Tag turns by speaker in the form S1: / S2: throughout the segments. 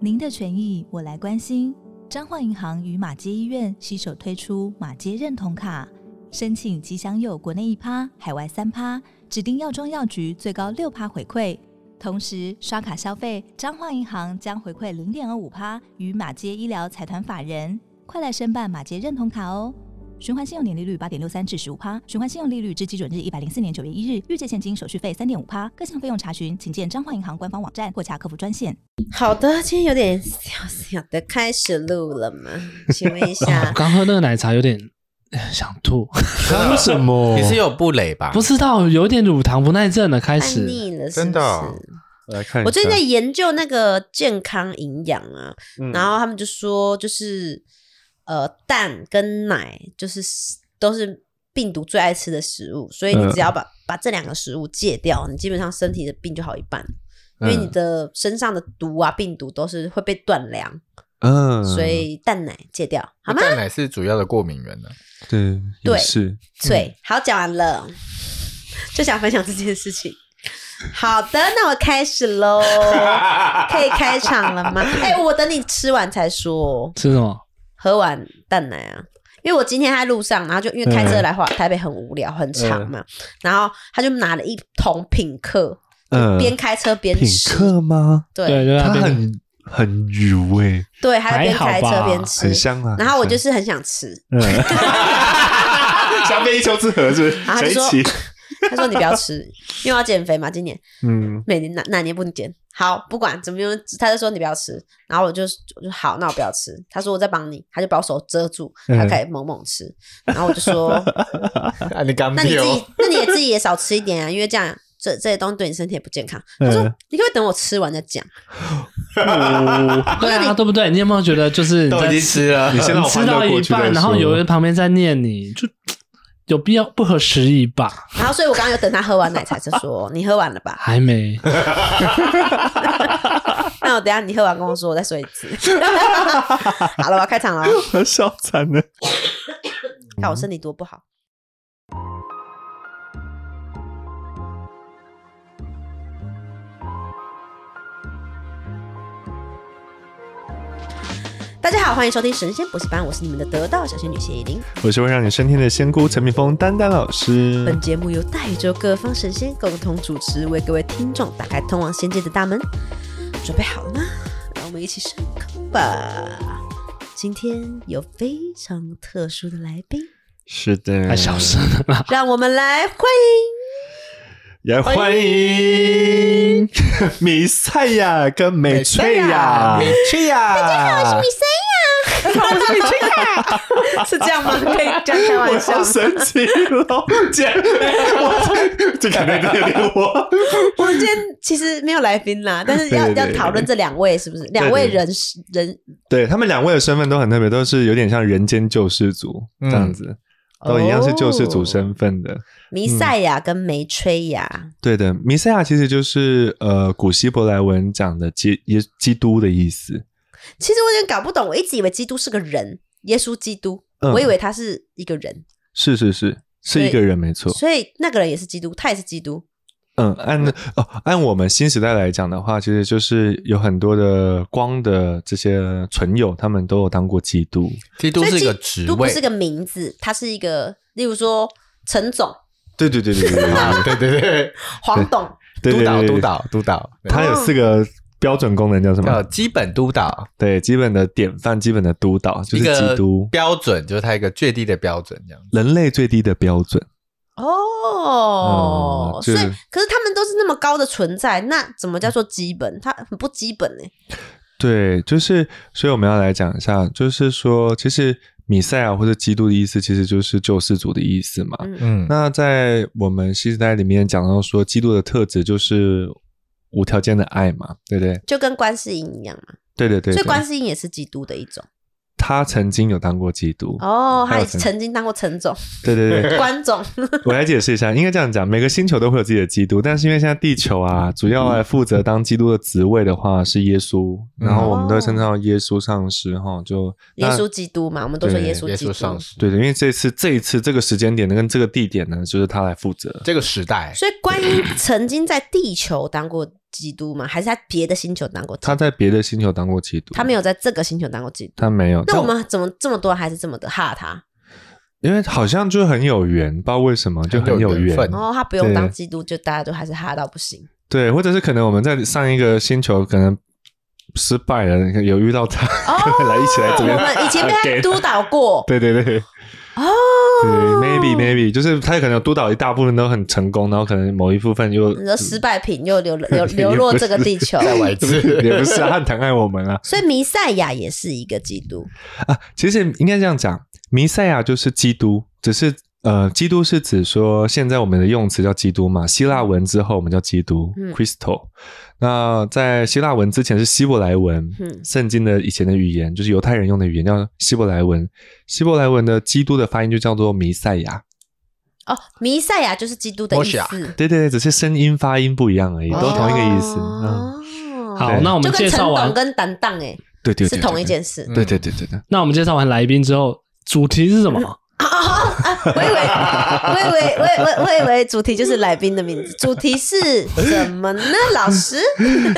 S1: 您的权益我来关心。彰化银行与马街医院携手推出马街认同卡，申请即享有国内一趴、海外三趴，指定药妆药局最高六趴回馈。同时，刷卡消费，彰化银行将回馈零点二五趴与马街医疗财团法人，快来申办马街认同卡哦！循环信用年利率八点六三至十五趴，循环信用利率至基准日一百零四年九月一日，预借现金手续费三点五趴，各项费用查询请见彰化银行官方网站或洽客服专线。
S2: 好的，今天有点小小的开始录了吗？请问一
S3: 啊
S2: 下
S3: 我，
S4: 哦
S3: 刚喝那个奶茶有点 呃想 吐，
S4: 为什么
S5: 哦你是有布雷吧？
S3: 不知道有点乳糖不耐症了，开
S2: 叛
S3: 始。
S2: 逆了是不是，
S4: 真的哦我来看一下，
S2: 我最近在研究那个健康营养啊，
S4: 嗯
S2: 然后他们就说，就是呃，蛋跟奶就是都是病毒最爱吃的食物，所以你
S4: 嗯
S2: 只要把、把这两个食物戒掉，你基本上身体的病就好一半。因为你
S4: 嗯
S2: 的身上的毒啊、病毒都是会被断粮，
S4: 嗯
S2: 所以蛋奶戒掉好吗？
S5: 蛋奶是主要的过敏 源呢。
S4: 对
S2: 对
S4: 也是嗯
S2: 对，好，讲完了， 就想分享这件事情。好的，那我开始喽，可以开场了吗？哎、我等你吃完才说。
S3: 吃什么？
S2: 喝完蛋奶啊，因为我今天在路上，然后就因为开车来
S4: 嗯
S2: 华、台北很无聊很长嘛，然后他就拿了一桶品客，
S4: 嗯
S2: 边开车边
S4: 品
S2: 吃，
S4: 客吗？
S2: 对
S3: 对对，
S4: 它
S3: 那边
S4: 很很油诶，
S2: 对，还有边
S3: 还
S2: 开
S3: 好吧
S2: 车边吃，
S4: 很嗯香啊。
S2: 然后我就是是很想吃，
S4: 想被一丘之貉，是不是
S2: 然后他就说
S4: 谁起？
S2: 他说你不要吃，因为我要减肥嘛，今年
S4: 嗯，
S2: 每年哪哪年不减。好，不管怎么样，他就说你不要吃，然后我就我就好，那我不要吃。他说我在帮你，他就把我手遮住，他就开始猛猛吃，然后我就说
S5: 啊，你刚
S2: 那你自己
S5: 丢，，
S2: 那你也自己也少吃一点啊，因为这样这这些东西对你身体也不健康。他说：“
S4: 嗯
S2: 你可不可以等我吃完再讲
S3: 对啊，对不对？你有没有觉得就是你
S5: 都
S3: 在
S5: 已经吃啊了
S4: 你，先让
S3: 你
S4: 我
S3: 吃
S4: 翻到
S3: 到
S4: 过
S3: 一
S4: 去再
S3: 半，
S4: 说
S3: 然后有人旁边在念你，就有必要不合时宜吧？？”
S2: 然后，所以我刚刚有等他喝完奶茶，就说：“ 你喝完了吧
S3: 还 没，？”
S2: 那我等一下你喝完跟我说，我再说一次。 好了，我要开场了哦，
S4: 我笑惨了。
S2: 看我身体多不好。大家好，欢迎收听《神仙补习班》，我是你们的得道小仙女谢依霖。
S4: 我是会让你升天的仙姑陈蜜蜂丹丹老师。
S2: 本节目由大宇宙各方神仙共同主持，为各位听众打开通往仙界的大门。准备好了吗？让我们一起上课吧！今天有非常特殊的来宾，
S4: 是的，
S3: 还小声了啦。
S2: 让我们来欢迎
S4: 也欢迎米赛亚跟美翠亚
S5: 米。翠呀，大家好，我
S2: 啊
S5: 是
S2: 是这样吗？可以这样开
S4: 我
S2: 玩笑
S4: 好
S2: 吗？
S4: 神奇哦，姐， 我这可能有点我。
S2: 我们今天其实没有来宾啦，但是要
S4: 对对对
S2: 要讨论这两位是不是？两位人人
S4: 对他们两位的身份都很特别，都是有点像人间救世主这样子，都一样是救世主身份的。
S2: 弥赛亚跟梅吹亚，
S4: 对的，弥赛亚其实就是呃古希伯来文讲的基耶基督的意思。
S2: 其实我有点搞不懂，我一直以为基督是个人，耶稣基督，
S4: 嗯
S2: 我以为他是一个人。
S4: 是是是，是一
S2: 所
S4: 个
S2: 以
S4: 人没错。
S2: 所以那个人也是基督，他也是基督。
S4: 嗯，按哦，按我们新时代来讲的话，其实就是有很多的光的这些存友，他们都有当过基督。
S5: 基督
S2: 所
S5: 是
S2: 以
S5: 一
S2: 基
S5: 个
S2: 督
S5: 职
S2: 不
S5: 位，
S2: 是个名字，他是一个，例如说陈总、
S4: 对对对对对对
S5: 啊，对对对，
S2: 黄董，
S4: 对，
S5: 督
S4: 对
S5: 导督，导督导，
S4: 对对他有四个标准功能叫什
S5: 叫
S4: 么？
S5: 基本督导，
S4: 对，基本的典范，基本的督导就
S5: 一
S4: 是
S5: 个
S4: 基督，
S5: 标准，就是他一个最低的标准这样子。
S4: 人类最低的标准。
S2: 哦，
S4: 嗯
S2: 所
S4: 就
S2: 以
S4: 是嗯
S2: 可是他们都是那么高的存在，那怎么叫做基本？他很不基本呢、欸
S4: 对，就是，所以我们要来讲一下，就是说，其实米赛亚或者基督的意思，其实就是救世主的意思嘛。
S2: 嗯
S5: 嗯，
S4: 那在我们新时代里面讲到说，基督的特质就是无条件的爱嘛，对不对？
S2: 就跟观世音一样嘛。
S4: 对对对
S2: 所以
S4: 对
S2: 观世音也是基督的一种。
S4: 他曾经有当过基督，
S2: 哦，他
S4: 还
S2: 也
S4: 有
S2: 曾经当过陈 总、
S4: 对 对对，
S2: 关总。
S4: 我来解释一下，应该这样讲，每个星球都会有自己的基督，但是因为现在地球啊，主要来负责当基督的职位的话是耶稣，
S5: 嗯
S4: 然后我们都会称到耶稣上师哈，就
S2: 哦耶
S4: 那
S2: 稣基督嘛，我们都说
S4: 对
S2: 耶
S5: 耶
S2: 稣基督
S5: 稣。上师，
S4: 对对，因为这次这一次这个时间点呢跟这个地点呢，就是他来负责。
S5: 这个时代，
S2: 所以观音曾经在地球当过基督吗？还是他别的星球当过基督？
S4: 他在别的星球当过基督，
S2: 他没有在这个星球当过基督。
S4: 他没有。
S2: 那
S4: 但
S2: 我们怎么这么多还是这么的哈他？
S4: 因为好像就很有缘，不知道为什么就很
S5: 很有
S4: 有
S5: 缘
S4: 缘。
S5: 分
S2: 然后哦他不用当
S4: 嗯对
S2: 基督，就大家都还是哈到不行。
S4: 对，或者是可能我们在上一个星球可能失败了，有遇到他，
S2: 哦
S4: 来一起来
S2: 我
S4: 这边。
S2: 们以前被
S4: 给
S2: 他督导 过
S4: 对对对。
S2: 哦
S4: 对，maybe maybe，就是他可能有督导一大部分都很成功，然后可能某一部分又，
S2: 你说失败品又流流流落这个地球，
S5: 再玩一次
S4: 也不是啊，他很疼爱我们啊。
S2: 所以弥赛亚也是一个基督
S4: 啊，其实应该这样讲，弥赛亚就是基督，只是呃，基督是指说现在我们的用词叫基督嘛，希腊文之后我们叫基督、
S2: 嗯
S4: c h r i s t o 那在希腊文之前是希伯来文，
S2: 嗯
S4: 圣经的以前的语言就是犹太人用的语言叫希伯来文，希伯来文的基督的发音就叫做弥赛亚。
S2: 哦。弥赛亚就是基督的意思，
S4: 对对对，只是声音发音不一样而已，都同一个意思。嗯，
S2: 哦
S3: 好，
S4: 对
S3: 那我
S2: 就
S3: 们介
S2: 跟陈
S3: 绍完
S2: 董，跟担当哎
S4: 对对对嗯
S2: 是同一。件事。
S4: 对对对对对对，
S3: 那我们介绍完来宾之后，主题是什 么？
S2: 哦啊我以为，我以为，我以为，我以为主题就是来宾的名字，主题是什么呢？老师，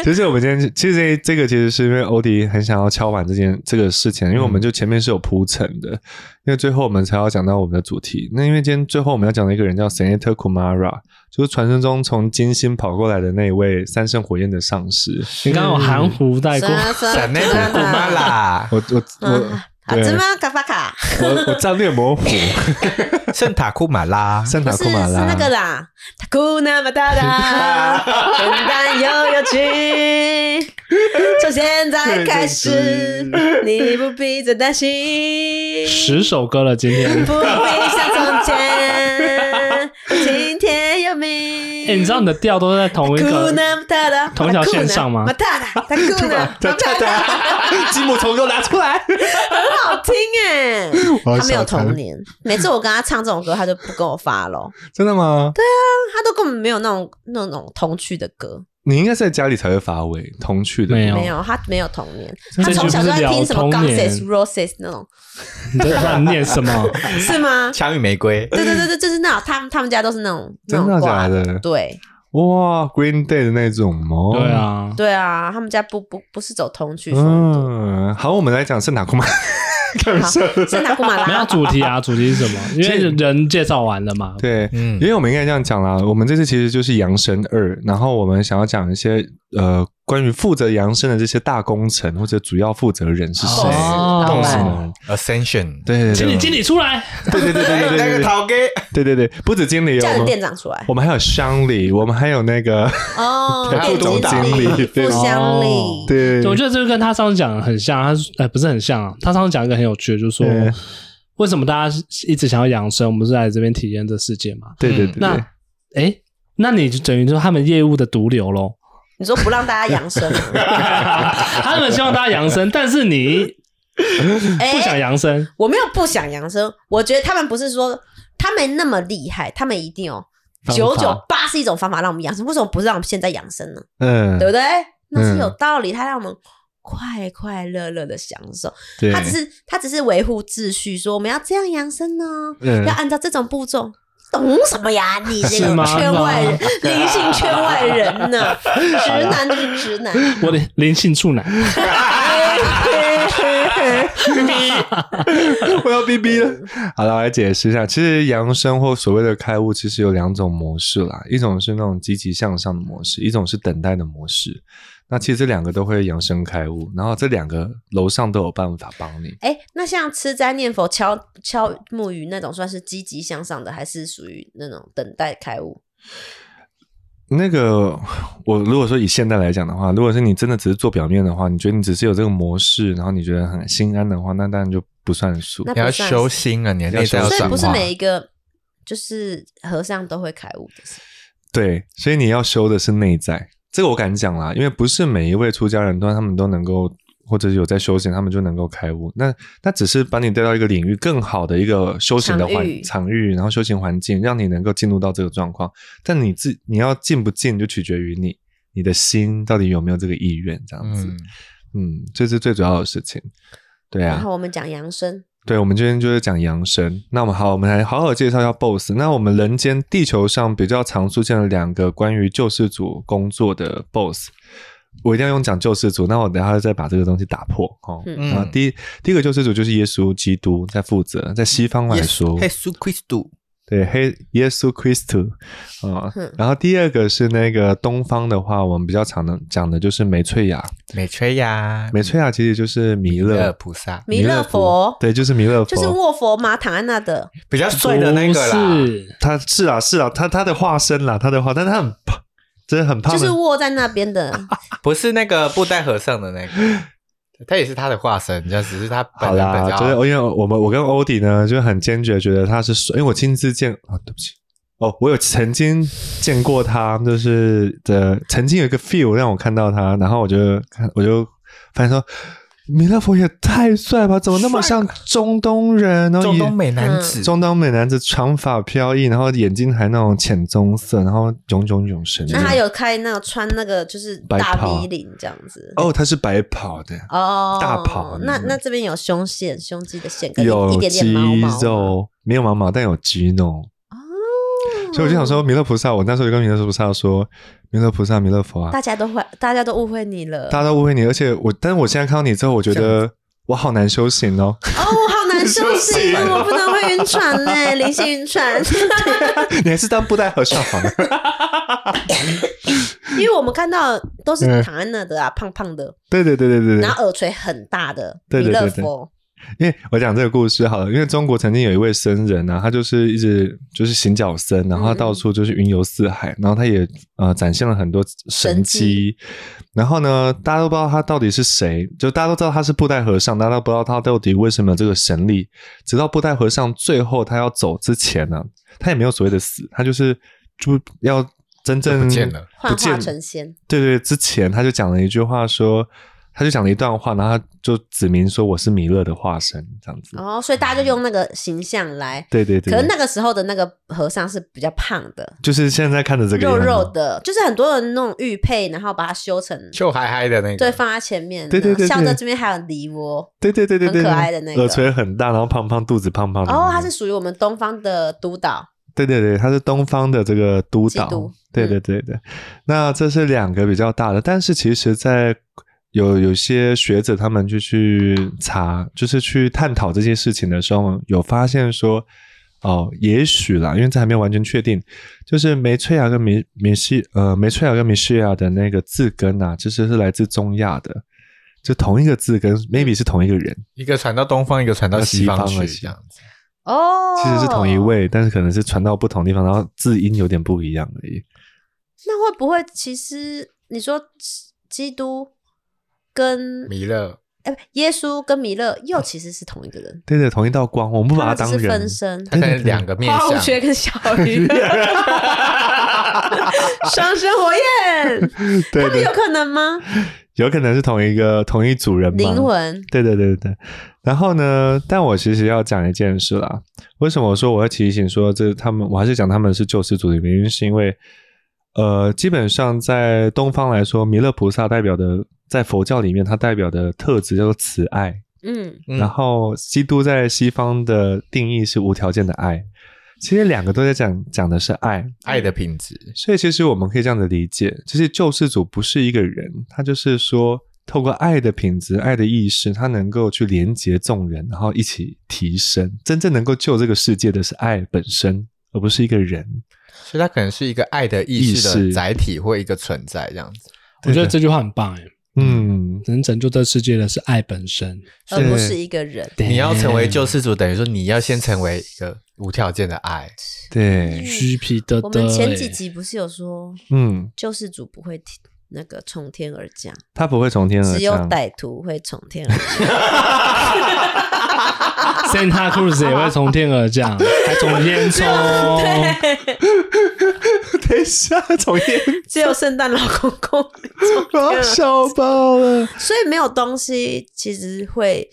S4: 其实我们今天其实这这个其实是因为欧迪很想要敲完这件这个事情，因为我们就前面是有铺陈的，因为最后我们才要讲到我们的主题。那因为今天最后我们要讲的一个人叫 Senator Kumara，就是传说中从金星跑过来的那一位三圣火焰的上师。
S3: 你刚刚有含糊带过，
S2: 嗯
S5: 闪内的古玛啦，
S4: 我我我
S2: 啊，好芝麻卡巴卡，
S4: 我我战略 模糊，
S5: 圣塔库马拉，
S4: 圣
S2: 不
S4: 塔
S2: 是
S4: 库马
S2: 是那
S4: 拉
S2: 个 啦，塔库那么大大，简单又有 趣。从现在开始，你不必再担心，
S3: 十首歌了，今 天。
S2: 不必像从前，晴天有你。
S3: 哎、你知道你的调都是在同一个，同一条线上吗
S2: 马大大， 他酷呢，马大大，
S4: 积木虫给我拿出来。
S2: 很好听哎。
S5: 我
S2: 他没有
S5: 小看
S2: 童年，每次我跟他唱这种歌，他就不跟我发了。
S4: 真的吗？
S2: 他都根本没有那种那种童趣的歌，
S4: 你应该是在家里才会发威，童趣的
S3: 没有
S2: 没有，他没有童年。
S3: 这
S2: 他
S3: 就
S2: 从小
S3: 不
S2: 就是在
S3: 聊
S2: 听什么
S3: 童
S2: Guns
S3: 年
S2: Roses 那 种，
S3: 你在乱念什 么？
S2: 是吗？
S5: 枪与玫瑰，
S2: 对对对对，就是那种他们他们家都是那种那
S4: 真
S2: 种
S4: 的
S2: 挂
S4: 假的？
S2: 对
S4: 哇，Green Day 的那种吗？
S3: 对。啊，
S2: 对啊，他们家不不不是走童趣风格，
S4: 嗯，好，我们来讲圣塔库玛。开玩笑的
S2: 圣塔库马
S3: 没有
S2: 拉
S3: 主题啊，主题是什么？ 因为人介绍完了嘛。
S4: 对，
S5: 嗯
S4: 因为我们应该这样讲啦，我们这次其实就是扬声二，然后我们想要讲一些呃关于负责扬声的这些大工程或者主要负责人是谁，
S3: 哦
S4: 动
S2: 死
S4: 什
S2: 老
S4: 么？
S5: Ascension，
S4: 对对对，
S3: 请你经理出来，
S4: 对对对对对对对
S5: 陶给
S4: 对对对，不止经理哦，
S2: 叫
S4: 我
S2: 你店
S4: 们
S2: 长出来
S4: 我们还有乡里，我们还有那个
S2: 哦，
S4: 对
S2: 店
S5: 副总
S2: 经
S4: 经理对
S2: 副乡
S3: 哦
S2: 里，
S4: 对，
S3: 我觉得这个跟他上次讲的很像，他是呃不是很像啊，他上次讲一个很有趣的，就是说
S4: 对
S3: 为什么大家一直想要养生，我们是来这边体验这世界嘛？
S4: 对对对，
S3: 那
S4: 对
S3: 哎、诶那你就等于说他们业务的毒瘤 喽，
S2: 你说不让大家养生吗，啊
S3: 他们希望大家养生，但是 你
S2: 哎
S3: 不想养生，
S2: 我没有不想扬声，我觉得他们不是说他们那么厉害，他们一定有
S4: 方法
S2: 九九八是一种方法让我们养生，为什么不让我们现在养生呢？
S4: 嗯
S2: 对不对？那是有道理，他让我们快快乐乐的享受，
S4: 对，
S2: 他只是他只是维护秩序，说我们要这样养生呢、
S4: 嗯
S2: 要按照这种步骤。懂什么呀？你这
S3: 是
S2: 个
S3: 吗
S2: 圈外人， 灵性圈外人呢？直男就是直男。
S3: 我的灵性处男，
S2: 哎
S4: 我要逼逼了。好了，我来解释一下，其实扬生或所谓的开悟，其实有两种模式啦，一种是那种积极向上的模式，一种是等待的模式。那其实这两个都会扬生开悟，然后这两个楼上都有办法帮你。
S2: 哎，那像吃斋念佛、敲敲木鱼那种，算是积极向上的，还是属于那种等待开悟？
S4: 那个，我如果说以现代来讲的话，如果是你真的只是做表面的话，你觉得你只是有这个模式，然后你觉得很心安的话，那当然就不算数。
S2: 那
S5: 你要修心啊，你的内在要
S2: 所以
S5: 转
S2: 不是
S5: 化。
S2: 每一个就是和尚都会开悟的事。
S4: 对，所以你要修的是内在，这个我敢讲啦，因为不是每一位出家人端他们都能够，或者有在修行，他们就能够开悟。那那只是把你带到一个领域更好的一个修行的
S2: 场
S4: 环
S2: 域
S4: 场域，然后修行环境，让你能够进入到这个状况。但你自你要进不进，就取决于你你的心到底有没有这个意愿，这样子。
S5: 嗯，
S4: 嗯，这是最主要的事情。对
S2: 然
S4: 啊，
S2: 后我们讲养生，
S4: 对，我们今天就是讲扬声。那我们好，我们来好好介绍一下 BOSS。那我们人间地球上比较常出现的两个关于救世主工作的 BOSS，我一定要用讲救世主。那我等一下再把这个东西打破哦。
S2: 嗯
S4: 啊，第一第一个救世主就是耶稣基督在负责，在西方来说，
S5: 耶稣基督，
S4: 对，黑耶稣 Christ 啊、
S2: 嗯
S4: 然后第二个是那个东方的话，我们比较常能讲的就是梅翠亚。
S5: 美吹呀，
S4: 梅翠亚其实就是弥勒，
S5: 菩萨，
S2: 弥勒佛
S4: 对，就是弥勒佛，
S2: 就是卧佛嘛，躺在那的，
S5: 比较帅的那个
S3: 不
S5: 啦，
S3: 是
S4: 他是啦是啦，啊他他的化身啦，他的化，但他很胖，真的很胖
S2: 就
S4: 的，
S2: 是卧在那边 的。
S5: 不是那个布袋和尚的那个，他也是他的化身，就只是他
S4: 好
S5: 本人比
S4: 啦，
S5: 较
S4: 就是因为我们我跟欧迪呢就很坚决觉得他是帅，因为我亲自见啊，对不起。哦，我有曾经见过他，就是的，曾经有一个 feel 让我看到他，然后我就看，我就发现说，弥勒佛也太帅吧，怎么那么像中东人？然后
S5: 中
S4: 也
S5: 东美男子，
S2: 嗯
S4: 中东美男子长发飘逸，然后眼睛还那种浅棕色，然后炯炯有神。
S2: 那他有开那个穿那个就是大鼻领这样子。
S4: 哦，他是白袍的，
S2: 哦，
S4: 大袍嗯
S2: 那那这边有胸线、胸肌的线跟一一
S4: 有
S2: 点点
S4: 肌
S2: 毛啊毛吗
S4: 肉，没有毛毛，但有肌肉。
S2: 哦，
S4: 所以我就想说，弥勒菩萨，我那时候就跟弥勒菩萨说，弥勒菩萨，弥勒佛啊，
S2: 大家都会，大家都误会你了。
S4: 大家都误会你，而且我，但是我现在看到你之后，我觉得我好难修行哦，
S2: 哦，我好难 休
S4: 啊
S2: 息，我不能会晕船呢、灵性晕船。
S4: 你还是当布袋和尚好了。
S2: 因为我们看到都是
S4: 嗯
S2: 躺在那的啊，胖胖的，
S4: 对对对对对对
S2: 然，后耳垂很大的
S4: 对
S2: 弥
S4: 对对
S2: 勒
S4: 对
S2: 佛，
S4: 因为我讲这个故事好了，因为中国曾经有一位僧人啊，他就是一直就是行脚僧，然后
S2: 嗯
S4: 他到处就是云游四海，然后他也呃展现了很多神
S2: 神迹
S4: 迹。然后呢，大家都不知道他到底是谁，就大家都知道他是布袋和尚，大家都不知道他到底为什么有这个神力。直到布袋和尚最后他要走之前呢、他也没有所谓的死，他就是就要真正
S5: 就不见了
S2: 幻
S4: 不见
S2: 化成仙。
S4: 对对，之前他就讲了一句话说。他就讲了一段话，然后他就指明说我是弥勒的化身，这样子。
S2: 哦，所以大家就用那个形象来。
S4: 对对对，
S2: 可是那个时候的那个和尚是比较胖的，
S4: 就是现在看的这个
S2: 肉
S4: 样子
S2: 肉，的，就是很多人那种玉佩，然后把它修成，
S5: 就嗨嗨的那个，
S2: 对，放在前面，
S4: 对对对对
S2: 然后笑在这边还有梨窝。
S4: 对对对对对，
S2: 很可爱的那个
S4: 耳垂很大，然后胖胖，肚子胖胖的那个。
S2: 哦，他是属于我们东方的督导，
S4: 对对对，他是东方的这个督导
S2: 基督，嗯
S4: 对对对对。那这是两个比较大的，但是其实，在有有些学者他们就去查，就是去探讨这些事情的时候，有发现说，哦，也许啦，因为这还没有完全确定，就是梅翠亚跟米米西呃梅翠亚跟米西亚的那个字根啊，其实是来自中亚的，就同一个字根，maybe 是同一个人，
S5: 一个传到东方，一个传到西方
S4: 西方
S5: 去，
S4: 而已
S5: 这样子。
S2: 哦，
S4: 其实是同一。位，但是可能是传到不同地方，然后字音有点不一样而已。
S2: 那会不会其实你说基督跟
S5: 弥勒
S2: 哎不耶稣跟弥勒又其实是同一个人？
S4: 对对，同一道光，我们不
S2: 他
S4: 把它当
S2: 们只是
S4: 人
S2: 分。身。
S5: 他在两个面
S2: 花无
S5: 相，
S2: 缺跟小 鱼， 双生火焰，
S4: 对
S2: 他们
S4: 对
S2: 有，可能吗？
S4: 有可能是同一个同一组人吧。
S2: 灵。魂
S4: 对对对对对。然后呢？但我其实要讲一件事啦。为什么我说我要提醒说这他们，我还是讲他们是救世主的原因，是因为呃，基本上在东方来说，弥勒菩萨代表的在佛教里面，它代表的特质叫做慈爱。
S2: 嗯，
S5: 嗯
S4: 然后基督在西方的定义是无条件的爱。其实两个都在讲讲的是爱，
S5: 爱的品质，
S4: 所以其实我们可以这样的理解，其实救世主不是一个人，他就是说透过爱的品质、爱的意识，他能够去连接众人，然后一起提升。真正能够救这个世界的是爱本身，而不是一个人。
S5: 所以它可能是一个爱的意识
S4: 意识
S5: 的载体或一个存在这样子，
S3: 我觉得这句话很棒哎，
S4: 嗯，
S3: 能拯救这世界的是爱本身。
S2: 而不是一个人。
S5: 你要成为救世主，等于说你要先成为一个无条件的爱。
S4: 对，
S3: 虚皮的
S2: 我
S3: 的
S2: 们前几
S3: 欸
S2: 集不是有说
S4: 嗯，
S2: 救世主不会提那个从天而降，
S4: 他不会从天而
S2: 只有
S4: 降。
S2: 歹徒会从天而降。
S3: Santa Cruz 也会从天而降，还从烟囱。
S4: 等一下，从天，
S2: 只有圣诞老公公，
S4: 我要笑爆了。
S2: 所以没有东西其实会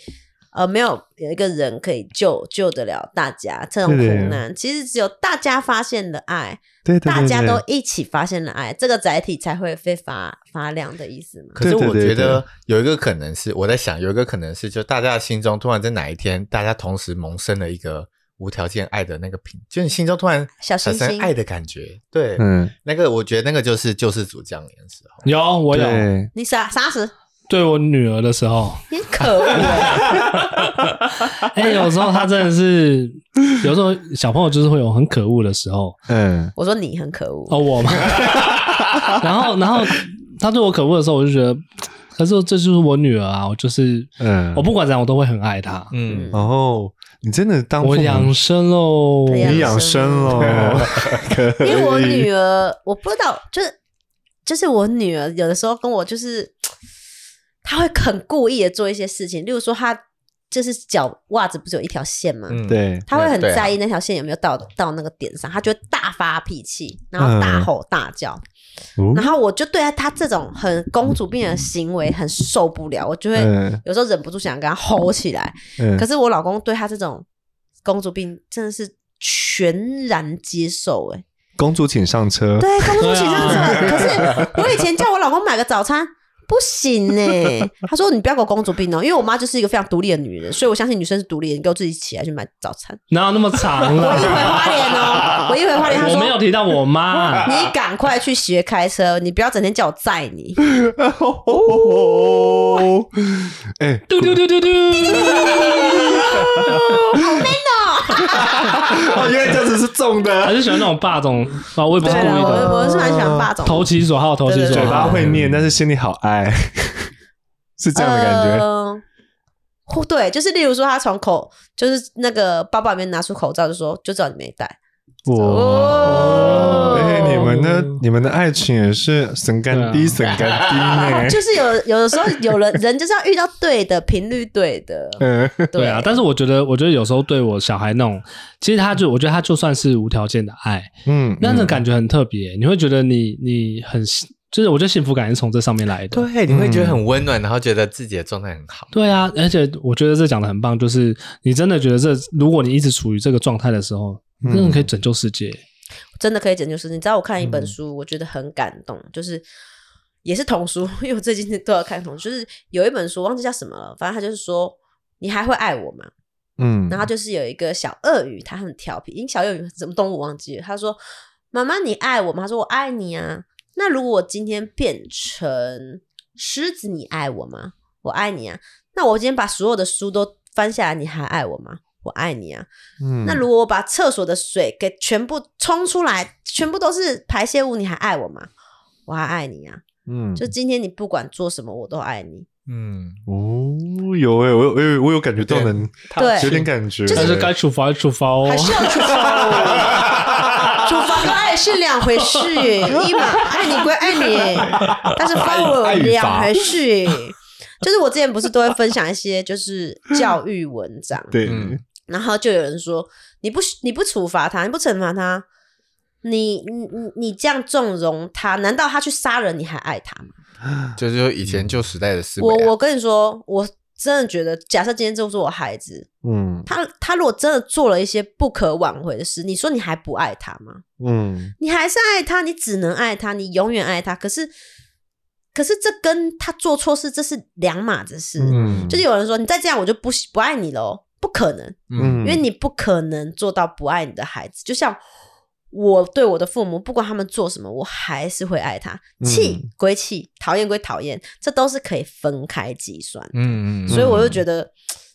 S2: 呃没有有一个人可以救救得了大家这种
S4: 对的
S2: 苦难，其实只有大家发现了爱，
S4: 对对对
S2: 大家
S4: 对
S2: 都一起发现了爱，这个载体才会被发发亮的意思嘛。
S5: 可是
S4: 对对
S5: 我
S4: 对
S5: 觉
S4: 对
S5: 得有一个可能是，我在想有一个可能是，就大家的心中突然在哪一天，大家同时萌生了一个无条件爱的那个品，就你心中突然
S2: 小
S5: 产
S2: 星
S5: 生
S2: 星
S5: 爱的感觉。对，
S4: 嗯，
S5: 那个我觉得那个就是救世主降临的时候。
S3: 有我有，
S4: 对，嗯
S2: 你傻傻死，
S3: 对我女儿的时候，
S2: 你很可恶欸
S3: 哎、有时候她真的是，有时候小朋友就是会有很可恶的时候
S4: 嗯，
S2: 我说你很可恶，
S3: 哦，我 嘛，然后然后她对我可恶的时候，我就觉得，可是这就是我女儿啊，我就是，
S4: 嗯
S3: 我不管怎样，我都会很爱她。
S5: 嗯，
S4: 然后你真的当父
S3: 我
S4: 母
S3: 养生喽，
S2: 对呀
S4: 你养生喽，可 以
S2: 因为我女儿，我不知道，就是就是我女儿有的时候跟我就是，她会很故意的做一些事情，例如说她就是脚袜子不是有一条线吗？
S5: 嗯，
S4: 对，
S2: 她会很
S5: 对啊
S2: 在意那条线有没有到到那个点上，她就会大发脾气，然后大
S4: 嗯
S2: 吼大叫，
S4: 哦
S2: 然后我就对她她这种很公主病的行为很受不了，我就会
S4: 嗯
S2: 有时候忍不住想跟她吼起来。
S4: 嗯，
S2: 可是我老公对她这种公主病真的是全然接受、欸，
S4: 公主请上 车，
S2: 对，公主请上车。
S3: 对啊
S2: 可是我以前叫我老公买个早餐。不行呢、 他说你不要给我公主病哦，因为我妈就是一个非常独立的女人，所以我相信女生是独立的，你给我自己起来去买早餐。
S3: 哪有那么长
S2: 我一回
S3: 了？
S2: 花莲哦，我一回花莲，他
S3: 我没有
S2: 说
S3: 提到我妈，
S2: 你赶快去学开车，你不要整天叫我载你。
S4: 哦，哎，
S3: 嘟嘟嘟嘟嘟，
S4: 哦，原来这只是重
S3: 还
S4: 的，
S3: 是喜欢那种霸总啊？我也不
S2: 对
S3: 是故
S2: 啊，
S3: 意的，
S2: 我我是蛮喜欢霸总的，
S3: 投其所好，投其
S2: 对
S3: 所
S4: 嘴巴
S3: 好。
S4: 会念，但是心里好爱，是这样的感觉。
S2: 呃或对，就是例如说，他从口就是那个包包里面拿出口罩，就说就知道你没戴。
S4: 哇！
S2: 哦
S4: 哎，你们的你们的爱情也是神干低神干低呢，
S2: 就是有有的时候有人 人就是要遇到对的频率，对的，
S4: 嗯，
S3: 对啊，但是我觉得，我觉得有时候对我小孩那种，其实他就，我觉得他就算是无条件的爱，
S4: 嗯，
S3: 那种感觉很特别，你会觉得你你很，就是我觉得幸福感是从这上面来的。
S5: 对，你会觉得很温暖，然后觉得自己的状态很好。
S3: 对啊，而且我觉得这讲的很棒，就是你真的觉得这，如果你一直处于这个状态的时候，
S4: 嗯
S3: 真的可以拯救世界。
S2: 真的可以拯救世界。你知道我看一本书，我觉得很感动，就是也是童书，因为我最近都要看童书，就是有一本书忘记叫什么了，反正他就是说你还会爱我吗？
S4: 嗯，
S2: 然后就是有一个小鳄鱼，它很调皮，因为小鳄鱼什么动物我忘记了。他说：“妈妈，你爱我吗？”他说：“我爱你啊。”那如果我今天变成狮子，你爱我吗？我爱你啊。那我今天把所有的书都翻下来，你还爱我吗？我爱你啊。
S4: 嗯
S2: 那如果我把厕所的水给全部冲出来，全部都是排泄物，你还爱我吗？我还爱你啊！
S4: 嗯
S2: 就今天你不管做什么，我都爱你。
S5: 嗯，
S4: 哦，有哎，我有我有我有感觉到能，
S2: 对
S4: 有点感觉，
S3: 但是该处罚就处罚哦
S2: 还，是要处罚我。处罚跟爱是两回事，一嘛爱你归爱你，但是发我两回事。就是我之前不是都会分享一些就是教育文章，
S4: 对，
S5: 嗯
S2: 然后就有人说你不你不处罚他，你不惩罚他，你你你你这样纵容他，难道他去杀人你还爱他吗？
S5: 就是说以前旧时代的思维
S2: 我
S5: 啊、
S2: 我跟你说，我真的觉得，假设今天就是我孩子，
S4: 嗯
S2: 他他如果真的做了一些不可挽回的事，你说你还不爱他吗？
S4: 嗯
S2: 你还是爱他，你只能爱他，你永远爱他。可是，可是这跟他做错事这是两码子事。
S4: 嗯，
S2: 就是有人说你再这样我就不喜不爱你喽，不可能，
S5: 嗯
S2: 因为你不可能做到不爱你的孩子。就像我对我的父母，不管他们做什么，我还是会爱他。气
S4: 嗯
S2: 归气，讨厌归讨厌，这都是可以分开计算的。
S5: 嗯嗯，
S2: 所以我就觉得，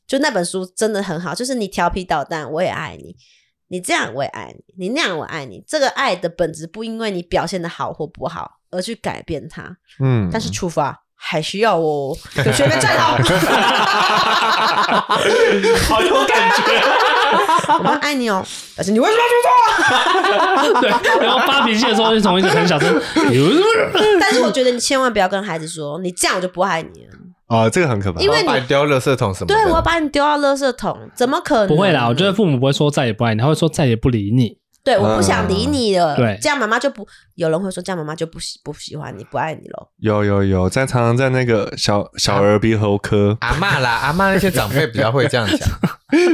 S2: 就那本书真的很好，就是你调皮捣蛋，我也爱你；你这样我也爱你，你那样我爱你。这个爱的本质不因为你表现的好或不好而去改变它，
S4: 嗯，
S2: 但是处罚还需要 哦，有学妹站好，
S3: 好有感觉。
S2: 我们爱你哦。但是你为什么要这么
S3: 对，然后发脾气的时候就从一直很小声，
S2: 做？但是我觉得你千万不要跟孩子说，你这样我就不爱你了，
S4: 啊，这个很可怕，
S2: 因为
S5: 然后把你丢垃圾桶什么的，
S2: 对我要把你丢到垃圾桶，怎么可能？
S3: 不会啦，我觉得父母不会说再也不爱你，他会说再也不理你。
S2: 对，我
S4: 嗯
S2: 不想理你了。
S3: 对
S2: 这样妈妈就不，有人会说这样妈妈就不喜不喜欢你，不爱你喽。
S4: 有有有，在常常在那个小小儿鼻喉科，
S5: 阿 嬷啦，阿嬷那些长辈比较会这样讲。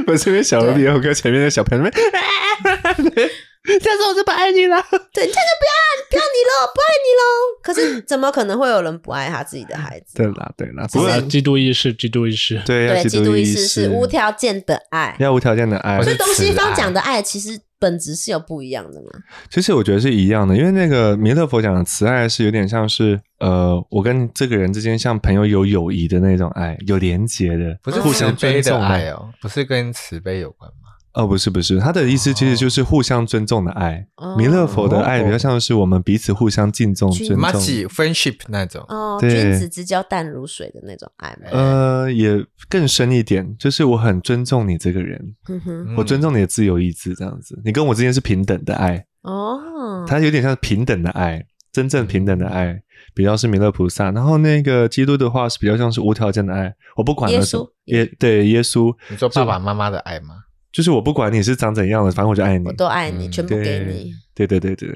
S4: 不是因为小儿鼻喉科前面的小朋友们，
S2: 但是我就不爱你了。对，这样 就不要不要你喽，不爱你喽。可是怎么可能会有人不爱他自己的孩子？
S4: 对啦对啦，
S3: 不
S4: 不过
S3: 是啊基督意识，基督意识。
S4: 对要
S2: 对，
S4: 基
S2: 基
S4: 督
S2: 督
S4: 意
S2: 意识是无条件的爱，
S4: 要无条件的爱
S5: 我
S2: 所
S5: 是
S2: 以东西
S5: 慈爱
S2: 方讲的爱其实本质是有不一样的嘛。
S4: 其实我觉得是一样的，因为那个弥勒佛讲的慈爱是有点像是呃，我跟这个人之间像朋友有友谊的那种爱，有连结的，
S5: 不是
S4: 互
S5: 慈
S4: 相
S5: 悲
S4: 尊
S5: 的
S4: 重啊
S5: 爱。哦，不是跟慈悲有关吗？
S4: 哦，不是不是，他的意思其实就是互相尊重的爱。
S2: 哦
S4: 弥勒佛的爱比较像是我们彼此互相敬重、
S2: 去
S4: 尊
S5: 马
S4: 重。
S5: 吉 friendship 那种，
S2: 哦，
S4: 对
S2: 君子之交淡如水的那种爱嘛。
S4: 呃，也更深一点，就是我很尊重你这个人，
S2: 哼哼，
S5: 嗯
S4: 我尊重你的自由意志，这样子，你跟我之间是平等的爱，
S2: 哦，
S4: 它有点像是平等的爱，真正平等的
S2: 嗯
S4: 爱，比较是弥勒菩萨。然后那个基督的话是比较像是无条件的爱，我不管了
S2: 耶
S4: 什么
S2: 稣，
S4: 耶对耶稣，
S5: 你说爸爸妈妈的爱吗？
S4: 就是我不管你是长怎样的，反正我就爱你
S2: 我。都爱你，
S5: 嗯
S2: 全部给
S4: 对
S2: 你。，
S4: 对对对对，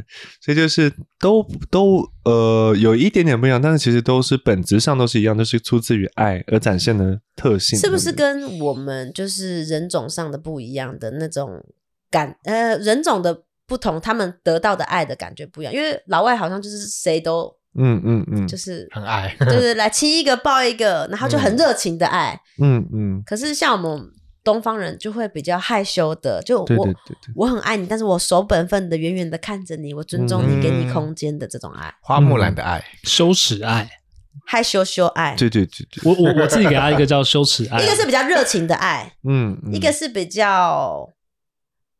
S4: 所以就是都都呃有一点点不一样，但是其实都是本质上都是一样，都是出自于爱而展现的特性，
S2: 是不是
S4: 对对
S2: 跟我们就是人种上的不一样的那种感？呃，人种的不同，他们得到的爱的感觉不一样。因为老外好像就是谁都
S4: 嗯嗯嗯
S2: 就是、
S5: 很爱，
S2: 就是来亲一个抱一个，然后就很热情的爱。
S4: 嗯嗯，
S2: 可是像我们东方人就会比较害羞的，就我
S4: 对对对对，
S2: 我很爱你，但是我守本分的，远远的看着你，我尊重你，
S5: 嗯
S2: 给你空间的这种爱，
S5: 花木兰的爱，
S3: 羞耻爱，
S2: 害羞羞爱。
S4: 对对对对，
S3: 我我我自己给他一个叫羞耻爱，
S2: 一个是比较热情的爱，
S4: 嗯，嗯
S2: 一个是比较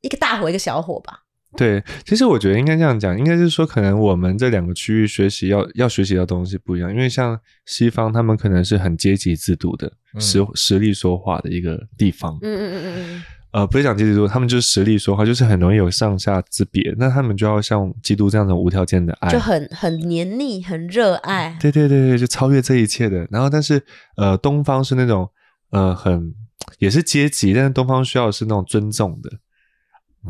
S2: 一个大火一个小火吧。
S4: 对，其实我觉得应该这样讲，应该是说，可能我们这两个区域学习要要学习到东西不一样，因为像西方他们可能是很阶级制度的
S5: 嗯
S4: 实、实力说话的一个地方，
S2: 嗯嗯嗯嗯
S4: 呃，不是讲阶级制度，他们就是实力说话，就是很容易有上下之别，那他们就要像基督这样的无条件的爱
S2: 嗯，就，很很黏腻，很热爱。
S4: 对对对对，就超越这一切的。然后，但是呃，东方是那种呃很也是阶级，但是东方需要的是那种尊重的。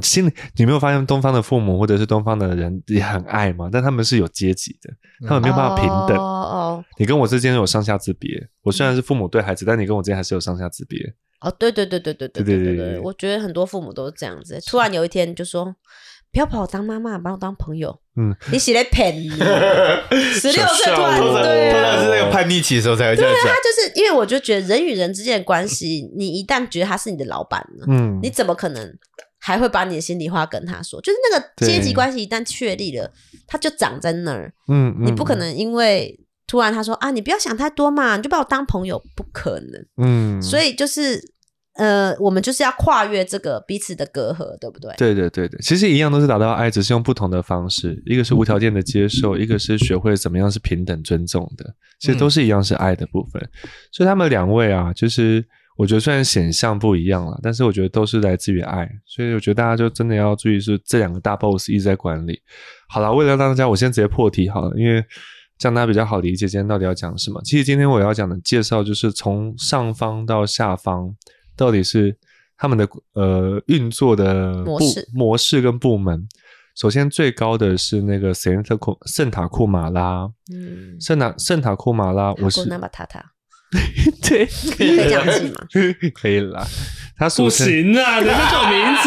S4: 心里，你没有发现东方的父母或者是东方的人也很爱吗？但他们是有阶级的，他嗯们没有办法平等。
S2: 哦哦
S4: 你跟我之间有上下之别，我虽然是父母对孩子，但你跟我之间还是有上下之别。
S2: 哦，对对对对对对
S4: 对
S2: 对
S4: 对
S2: 对
S4: 对对
S2: 对，我觉得很多父母都是这样子。突然有一天就说：“不要把我当妈妈，把我当朋友。”
S4: 嗯，
S2: 你洗来骗你，十六岁突然
S5: 通常
S2: 对
S5: 通
S2: 啊
S5: 常嗯是那个叛逆期的时候才会这样
S2: 他
S5: 讲。
S2: 就是因为我就觉得人与人之间的关系，你一旦觉得他是你的老板了，
S4: 嗯，
S2: 你怎么可能还会把你的心里话跟他说？就是那个
S4: 对
S2: 阶级关系一旦确立了，他就长在那儿，
S4: 嗯，嗯
S2: 你不可，能因为突然他说啊，你不要想太多嘛，你就把我当朋友，不可能。
S4: 嗯，
S2: 所
S4: 以
S2: 以就是呃，我们就是要跨越这个彼此的隔阂，对不对？
S4: 对对对对，其实一样都是达到爱，只是用不同的方式，一个是无条件的接受，一个是学会怎么样是平等尊重的，其实都是一样是爱的部分。所以他们两位啊，就是我觉得虽然显象不一样了，但是我觉得都是来自于爱，所以我觉得大家就真的要注意是这两个大 boss 一直在管理。好了，为了让大家，我先直接破题好了，因为这样大家比较好理解今天到底要讲什么。其实今天我要讲的介绍就是从上方到下方到底是他们的呃运作的
S2: 模
S4: 部
S2: 式
S4: 模式跟部门。首先，最高的是那个圣塔库圣塔库马拉，
S2: 嗯，
S4: 圣塔圣塔库马拉，我是
S2: 那巴塔 塔，
S4: 对，
S2: 可以这样 记吗？
S4: 可以啦。他俗
S3: 不
S4: 称
S3: 行啊，你这种名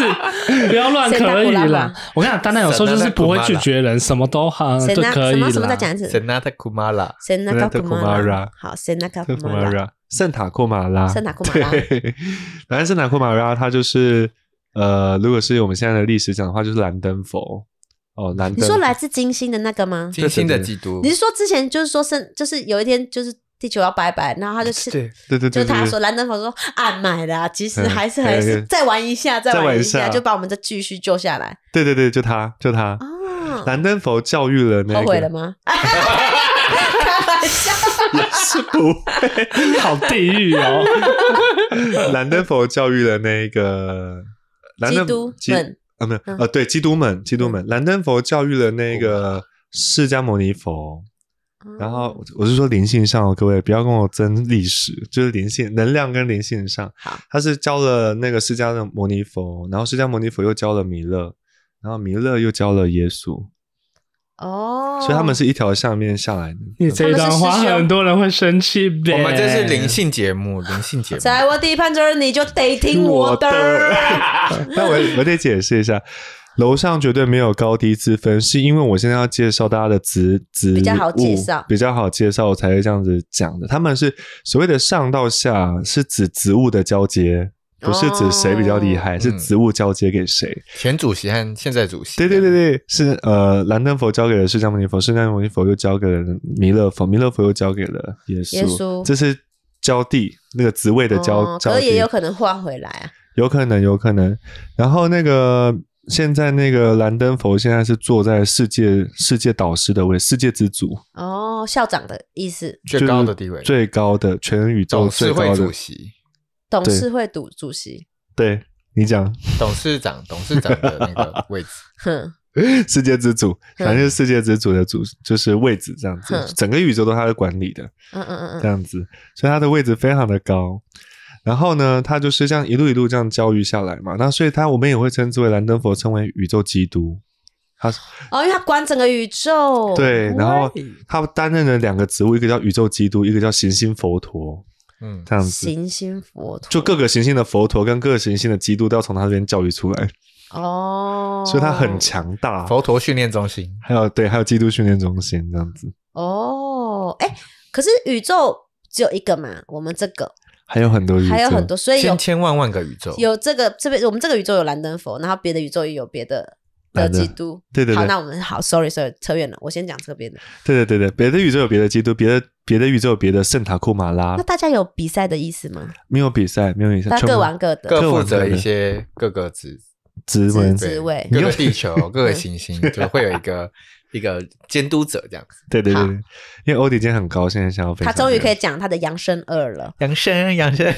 S3: 字不要乱
S2: 谁打
S3: 可以
S2: 鼓浪
S3: 啦
S2: 吗。
S3: 我跟你讲，丹丹有时候就是不会拒绝人，什么都好
S4: 呃
S2: 谁
S3: 都
S2: 那
S3: 可
S2: 什
S3: 以
S2: 么什么再
S3: 啦。
S2: 讲一次？
S5: Senata Kumala，
S2: 谁那个
S4: Senata Kumara
S2: 好，谁那个
S4: 特库马拉，圣塔库马拉，
S2: 圣塔 库马拉
S4: 对，反正圣塔库马拉它就是呃，如果是我们现在的历史讲的话，就是兰登佛哦，兰登。
S2: 你说来自金星的那个吗？
S5: 金星的基督
S2: 你，是说之前就是说生，就是有一天就是地球要拜拜，然后他就是
S5: 对，
S4: 对 对
S2: 就
S4: 对，
S2: 是他
S4: 对
S2: 说兰登佛说啊买啦，其实
S4: 嗯
S2: 还是还是
S4: 嗯
S2: 再玩一下，再
S4: 再玩
S2: 玩
S4: 一
S2: 一
S4: 下
S2: 下，就把我们再继续救下来
S4: 对对对，就他就他，
S2: 哦。
S4: 兰登佛教育了那个，
S2: 后悔了吗？开玩笑，
S4: 是不会，
S3: 好地狱 哦！
S4: 兰登佛教育了那个兰登
S2: 基督
S4: 基
S2: 们
S4: 啊，没有
S2: 嗯
S4: 呃，对，基督们，基督们，兰登佛教育了那
S2: 哦
S4: 个释迦牟尼佛，然后
S2: 嗯
S4: 我我是说灵性上哦，各位不要跟我争历史，就是灵性能量跟灵性上
S2: 好，
S4: 他是教了那个释迦的摩尼佛，然后释迦牟尼佛又教了弥勒，然后弥勒又教了耶稣，
S2: 哦，
S4: 所以他们是一条上面下来的。
S3: 你这一段话很多人会生气呗。
S5: 我们这是灵性节目，灵性节目。
S2: 在我地盘这儿，你就得听我的。
S4: 那我我得解释一下，楼上绝对没有高低之分，是因为我现在要介绍大家的职职
S2: 比较好
S4: 务
S2: 介绍
S4: 比较好介绍，我才会这样子讲的。他们是所谓的上到下，是指职务的交接，不是指谁比较厉害，
S5: 哦
S4: 是
S5: 嗯
S4: 职务交接给谁。
S5: 前主席和现在主席，
S4: 对对对对，是呃，兰登佛交给了释迦牟尼佛，释迦牟尼佛又交给了弥勒佛，弥勒佛又交给了耶稣，
S2: 耶稣
S4: 这是交地那个职位的交、
S2: 哦
S4: 交
S2: 可是
S4: 地，
S2: 也有可能换回来啊。
S4: 有可能，有可能。然后那个现在那个兰登佛现在是坐在世界世界导师的位，世界之主，
S2: 哦，校长的意思，
S5: 最高的地位，
S4: 最高的全宇宙
S5: 董
S4: 最
S5: 事
S4: 高
S5: 会
S4: 的
S5: 主。席、
S2: 董
S4: 对
S2: 事会主主席，
S4: 对你讲，
S5: 董事长、董事长的那个位置。
S2: 哼，
S4: 世界之主，反正就是世界之主的主就是位置这样子
S2: 嗯，
S4: 整个宇宙都他在管理的。
S2: 嗯嗯嗯
S4: 这
S2: 嗯，
S4: 样子，所以他的位置非常的高。然后呢，他就是这样一路一路这样教育下来嘛。那所以他我们也会称之为兰登佛，称为宇宙基督。他是
S2: 哦，因为他管整个宇宙，
S4: 对，然后
S2: 喂
S4: 他担任了两个职务，一个叫宇宙基督，一个叫行星佛陀，
S5: 嗯，
S4: 这样子。
S2: 行星佛陀，
S4: 就各个行星的佛陀跟各个行星的基督都要从他这边教育出来，
S2: 哦，
S4: 所以他很强大。
S5: 佛陀训练中心，
S4: 还有对，还有基督训练中心这样子，
S2: 哦，哎，可是宇宙只有一个嘛，我们这个
S4: 还有很多宇宙，
S2: 还有很多，所以有
S5: 千千万万个宇宙，
S2: 有这个这边我们这个宇宙有兰登佛，然后别的宇宙也有别的的
S4: 兰登
S2: 基督，
S4: 对对对
S2: 好，那我们好，sorry sorry，扯远了，我先讲这边的。
S4: 对对对对，别的宇宙有别的基督，别的别的宇宙有别的圣塔库马拉
S2: 那，大家有比赛的意思吗？
S4: 没有比赛，没有比赛，
S2: 大家
S4: 全
S2: 各
S4: 部
S2: 玩各的，
S5: 各
S4: 各
S5: 负
S4: 王
S5: 责
S4: 各的
S5: 一些各个职
S4: 直
S2: 自
S4: 门
S2: 职
S5: 对
S2: 位
S5: 各个 地球、各个行 星，就会有一个一个监督者这样子。
S4: 对对对
S2: 好
S4: 对，因为欧迪今天很高兴，想要分
S2: 他
S4: 享这个。
S2: 终于可以讲他的扬声二了。
S5: 养生，养 生，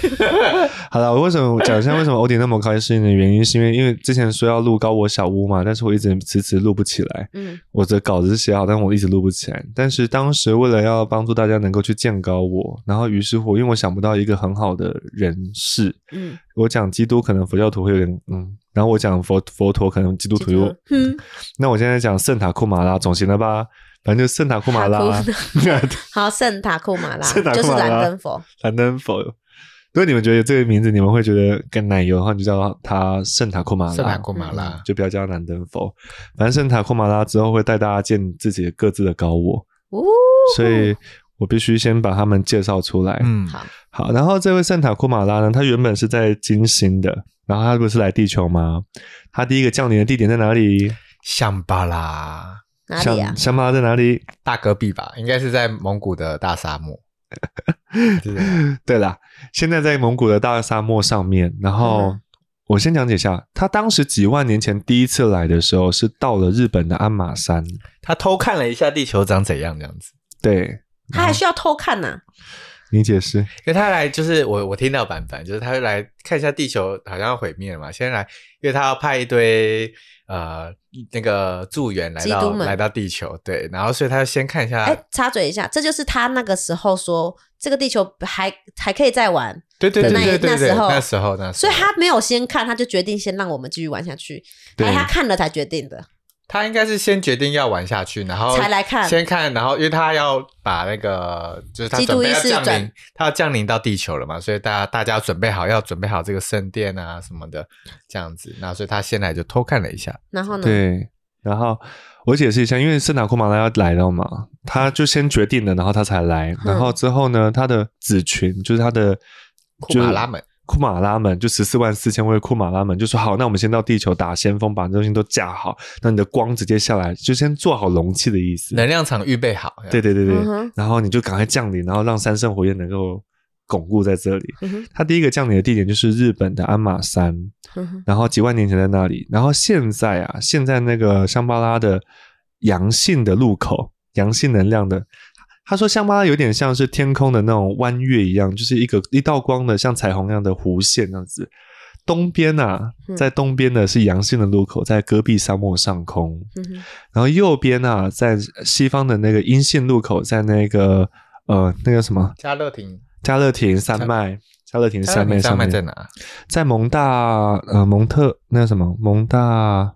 S4: 好了。我为什么讲一下为什么欧迪那么高兴的原因，是因为因为之前说要录高我小屋嘛，但是我一直迟迟录不起来。
S2: 嗯，
S4: 我的稿子是写好，但我一直录不起来。但是当时为了要帮助大家能够去见高我，然后于是乎，因为我想不到一个很好的人事，
S2: 嗯，
S4: 我讲基督可能佛教徒会有点嗯，然后我讲佛佛陀可能基督徒又
S2: 嗯，
S4: 那我现在讲圣塔库马拉总行了吧？反正就圣塔库马拉
S2: 塔库， 好，圣塔库马拉
S4: 圣塔库马
S2: 就
S4: 拉
S2: 是兰登佛，
S4: 兰登佛。如果你们觉得这个名字你们会觉得更奶油的话，你就叫它圣塔库马拉，
S5: 圣塔库马拉
S4: 嗯就不要叫它兰登佛。反正圣塔库马拉之后会带大家见自己各自的高我，
S2: 呜，
S4: 所以我必须先把他们介绍出来。
S5: 嗯，
S2: 好，
S4: 好，然后这位圣塔库马拉呢，他原本是在金星的，然后他不是来地球吗？他第一个降临的地点在哪里？
S5: 香巴拉，
S2: 哪里啊
S4: 香？香巴拉在哪里？
S5: 大戈壁吧，应该是在蒙古的大沙 漠。对啊对
S4: 对啦，现在在蒙古的大沙漠上面。然后
S2: 嗯
S4: 我先讲解一下，他当时几万年前第一次来的时候，是到了日本的鞍马山。
S5: 他偷看了一下地球长怎样这样子，
S4: 对
S2: 他还需要偷看呐？
S4: 你解释，
S5: 因为他来就是我我听到版本，就是他会来看一下地球好像要毁灭了嘛，先来，因为他要派一堆呃那个助援来
S2: 基
S5: 到
S2: 督们
S5: 来到地球，对，然后所以他就先看一
S4: 啊
S5: 下，啊
S2: 哎，插嘴一下，这就是他那个时候说这个地球还还可以再玩，
S5: 对对对
S2: 那
S5: 对对
S2: 那
S5: 对，
S2: 时候
S5: 那时候
S4: 啊
S5: 那时
S2: 所
S5: 候，
S2: 以他没有先看，他就决定先让我们继续玩下去，哎
S4: 对
S2: 还是他看了才决定的。
S5: 他应该是先决定要玩下去，然后
S2: 才来看
S5: 先看，然后因为他要把那个就是他
S2: 基督
S5: 准备
S2: 意
S5: 要
S2: 识
S5: 降临
S2: 转，
S5: 他要降临到地球了嘛，所以大家大家要准备好要准备好这个圣殿啊什么的这样子，那所以他先来就偷看了一下，
S2: 然后呢？
S4: 对。然后我解释一下，因为圣塔库马拉要来了嘛，他就先决定了，然后他才来。
S5: 嗯
S4: 然后之后呢，他的子群就是他的
S5: 库马拉们。
S4: 库马拉们，就十四万四千位库马拉们，就说好，那我们先到地球打先锋，把这东西都架好，那你的光直接下来，就先做好容器的意思。
S5: 能量场预备好，
S4: 对对对对，
S2: 嗯哼
S4: 然后你就赶快降临，然后让三圣火焰能够巩固在这里。
S2: 嗯哼
S4: 它第一个降临的地点就是日本的鞍马山，
S2: 嗯哼，
S4: 然后几万年前在那里，然后现在啊，现在那个香巴拉的阳性的路口，阳性能量的。他说，香巴拉有点像是天空的那种弯月一样，就是一个一道光的像彩虹一样的弧线那样子。东边啊，
S2: 嗯
S4: 在东边的是阳性的路口，在戈壁沙漠上空。
S2: 嗯哼，
S4: 然后右边啊，在西方的那个阴性路口，在那个呃那个什么
S5: 加勒廷
S4: 加勒廷山脉，加勒廷山脉
S5: 山
S4: 上
S5: 脉
S4: 面
S5: 在？哪？
S4: 在蒙大呃蒙特那个什么蒙大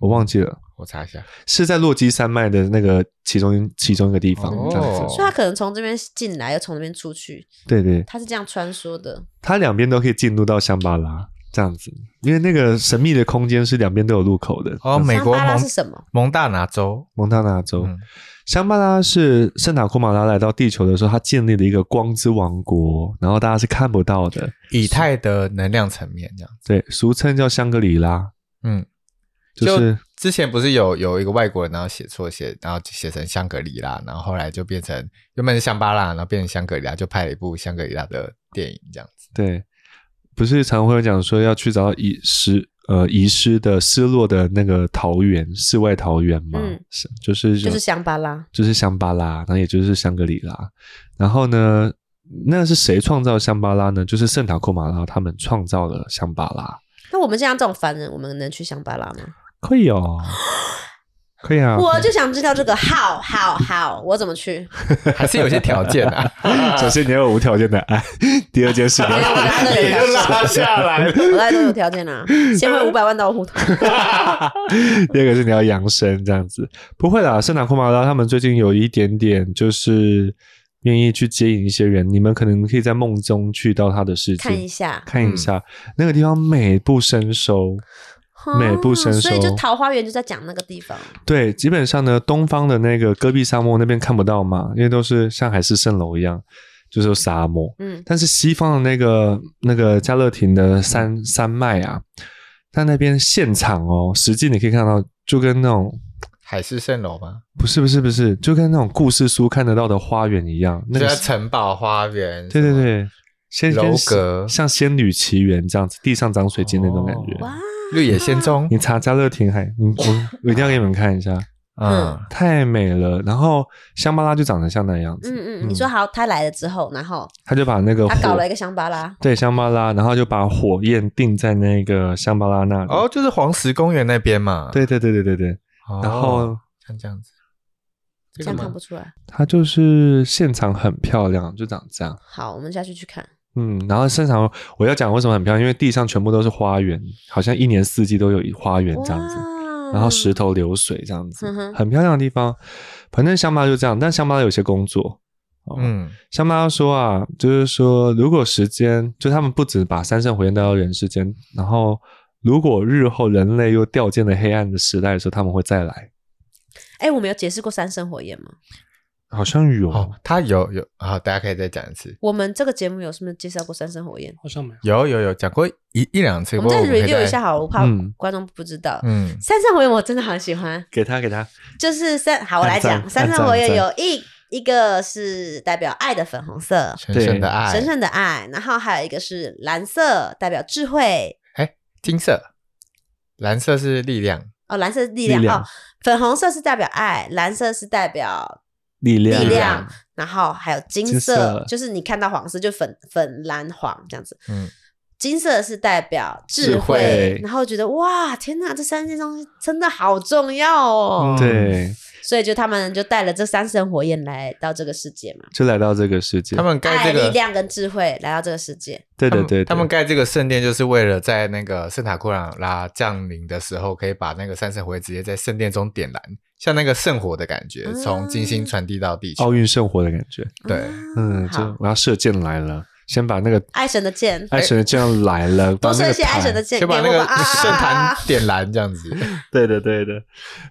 S4: 我忘记了，
S5: 我查一下，
S4: 是在洛基山脉的那个其中其中一个地方
S5: 哦
S4: 这样子。
S2: 所以他可能从这边进来，又从那边出去，
S4: 对对，
S2: 他是这样穿梭的。
S4: 它两边都可以进入到香巴拉这样子，因为那个神秘的空间是两边都有入口的。
S5: 哦，美
S2: 香
S5: 国
S2: 巴拉
S5: 蒙
S2: 是什么？
S5: 蒙大拿州，
S4: 蒙大拿州，
S5: 嗯
S4: 香巴拉是圣塔库马拉来到地球的时候，他建立了一个光之王国，然后大家是看不到的，
S5: 以太的能量层面这样。
S4: 对，俗称叫香格里拉，
S5: 嗯，
S4: 就是
S5: 之前不是有有一个外国人，然后写错写，然后就写成香格里拉，然后后来就变成原本是香巴拉，然后变成香格里拉，就拍了一部香格里拉的电影这样 子。
S4: 对，不是常会有讲说要去找遗失呃遗失的失落的那个桃源，世外桃源嘛，
S2: 嗯
S4: 是就是
S2: 就
S4: 有
S2: 是香巴拉。
S4: 就是香巴拉，然后也就是香格里拉。然后呢，那是谁创造香巴拉呢？就是圣塔库马拉他们创造了香巴拉。
S2: 那我们这样这种凡人，我们能去香巴拉吗？
S4: 可以哦，可以啊。
S2: 我就想知道这个好好好，我怎么 去？
S5: 还是有些条件啊，
S4: 首先你要有无条件的爱， 第二件事
S2: 没有，我大哥
S5: 也就
S2: 有条件，
S5: 拉下来了。
S2: 我大哥有条件 啊，先汇五百万到我户头。啊
S4: 第二个是你要养生这样子，不会啦。圣塔库马拉他们最近有一点点就是愿意去接引一些人，你们可能可以在梦中去到他的世界
S2: 看一下，嗯
S4: 看一下、那个地方美不胜收。美不胜收
S2: 哦所以就桃花源就在讲那个地方，
S4: 对，基本上呢，东方的那个戈壁沙漠那边看不到嘛，因为都是像海市蜃楼一样，就是沙漠。
S2: 嗯，
S4: 但是西方的那个那个加勒廷的山山脉啊，它那边现场哦，实际你可以看到，就跟那种
S5: 海市蜃楼吗？
S4: 不是不是不是，就跟那种故事书看得到的花园一样，那
S5: 就
S4: 个
S5: 在城堡花园。
S4: 对对，对，仙
S5: 楼阁
S4: 像仙女奇缘这样子，地上长水晶那种感觉。
S5: 哦
S2: 哇，嗯
S5: 绿野仙踪
S4: 你。查加勒廷海，你我我一定要给你们看一下，
S5: 嗯，
S4: 太美了。然后香巴拉就长得像那样子，
S2: 嗯嗯，你说好，他来了之后，然后
S4: 他就把那个火
S2: 他搞了一个香巴拉，
S4: 对香巴拉，然后就把火焰定在那个香巴拉那里。
S5: 哦，就是黄石公园那边
S2: 啊
S5: 嘛。
S4: 嗯对对对对对对，
S5: 哦，
S4: 然后
S5: 像这样子，
S2: 这
S5: 这个
S2: 样
S5: 吗
S2: 看不出来。
S4: 它就是现场很漂亮，就长这样。
S2: 好，我们下去去看。
S4: 嗯，然后现场我要讲为什么很漂亮，因为地上全部都是花园，好像一年四季都有一花园这样子，
S2: 哇
S4: 然后石头流水这样子
S2: 嗯，哼
S4: 很漂亮的地方。反正香巴拉就这样，但香巴拉有些工作。哦、
S5: 嗯，
S4: 香巴拉说啊，就是说，如果时间，就他们不止把三圣火焰带到人世间，然后如果日后人类又掉进了黑暗的时代的时候，他们会再来。
S2: 哎，我们有解释过三生火焰吗？
S4: 好像有，
S5: 哦，
S2: 嗯
S5: 它有有啊，大家可以再讲一次。
S2: 我们这个节目有是不是介绍过三生火焰？
S3: 好像没有。
S5: 有有有讲过一一两次，
S2: 我们再
S5: 不过可以
S2: review 一下好了，我怕
S4: 嗯
S2: 观众不知道。
S5: 嗯，
S2: 三生火焰我真的很喜欢，
S4: 给他给他，
S2: 就是三好，我来
S4: 按
S2: 讲
S4: 赞
S2: 三
S4: 按
S2: 圣
S4: 赞
S2: 火焰
S4: 按赞
S2: 有一一个是代表爱的粉红色，
S5: 神圣的爱，
S2: 神圣的爱，然后还有一个是蓝色，代表智慧
S5: 金色，蓝色是力量，
S2: 哦，蓝色是力
S4: 力量
S2: 哦，粉红色是代表爱，蓝色是代表
S4: 力量，
S2: 力量，然后还有金色，
S4: 金色
S2: 就是你看到黄色就粉粉蓝黄这样子，
S5: 嗯，
S2: 金色是代表智
S4: 智慧
S2: 然后觉得哇，天哪，这三件东西真的好重要
S5: 嗯
S2: 哦，
S4: 嗯对，
S2: 所以就他们就带了这三神火焰来到这个世界嘛，
S4: 就来到这个世界。
S5: 他们盖
S2: 爱、
S5: 这
S2: 力
S5: 个，
S2: 量跟智慧来到这个世界，
S4: 对
S5: 他
S4: 对
S5: 们
S4: 对，
S5: 他们
S4: 对
S5: 盖这个圣殿就是为了在那个圣塔库朗拉降临的时候，可以把那个三圣火焰直接在圣殿中点燃，像那个圣火的感觉，
S2: 嗯
S5: 从金星传递到地
S4: 奥
S5: 球。
S4: 运圣火的感觉。
S5: 对
S2: 啊
S4: 嗯，
S2: 好
S4: 就，我要射箭来了，先把那个
S2: 爱神的箭，
S4: 爱神的箭要来了，把
S2: 多
S4: 那
S2: 射
S4: 个
S2: 一些爱神
S4: 坛
S2: 的箭
S5: 先
S2: 给我
S5: 把那
S2: 们
S5: 个
S2: 啊啊
S5: 圣
S2: 啊啊
S5: 坛
S2: 啊
S5: 点燃，这样子。
S4: 对的，对的。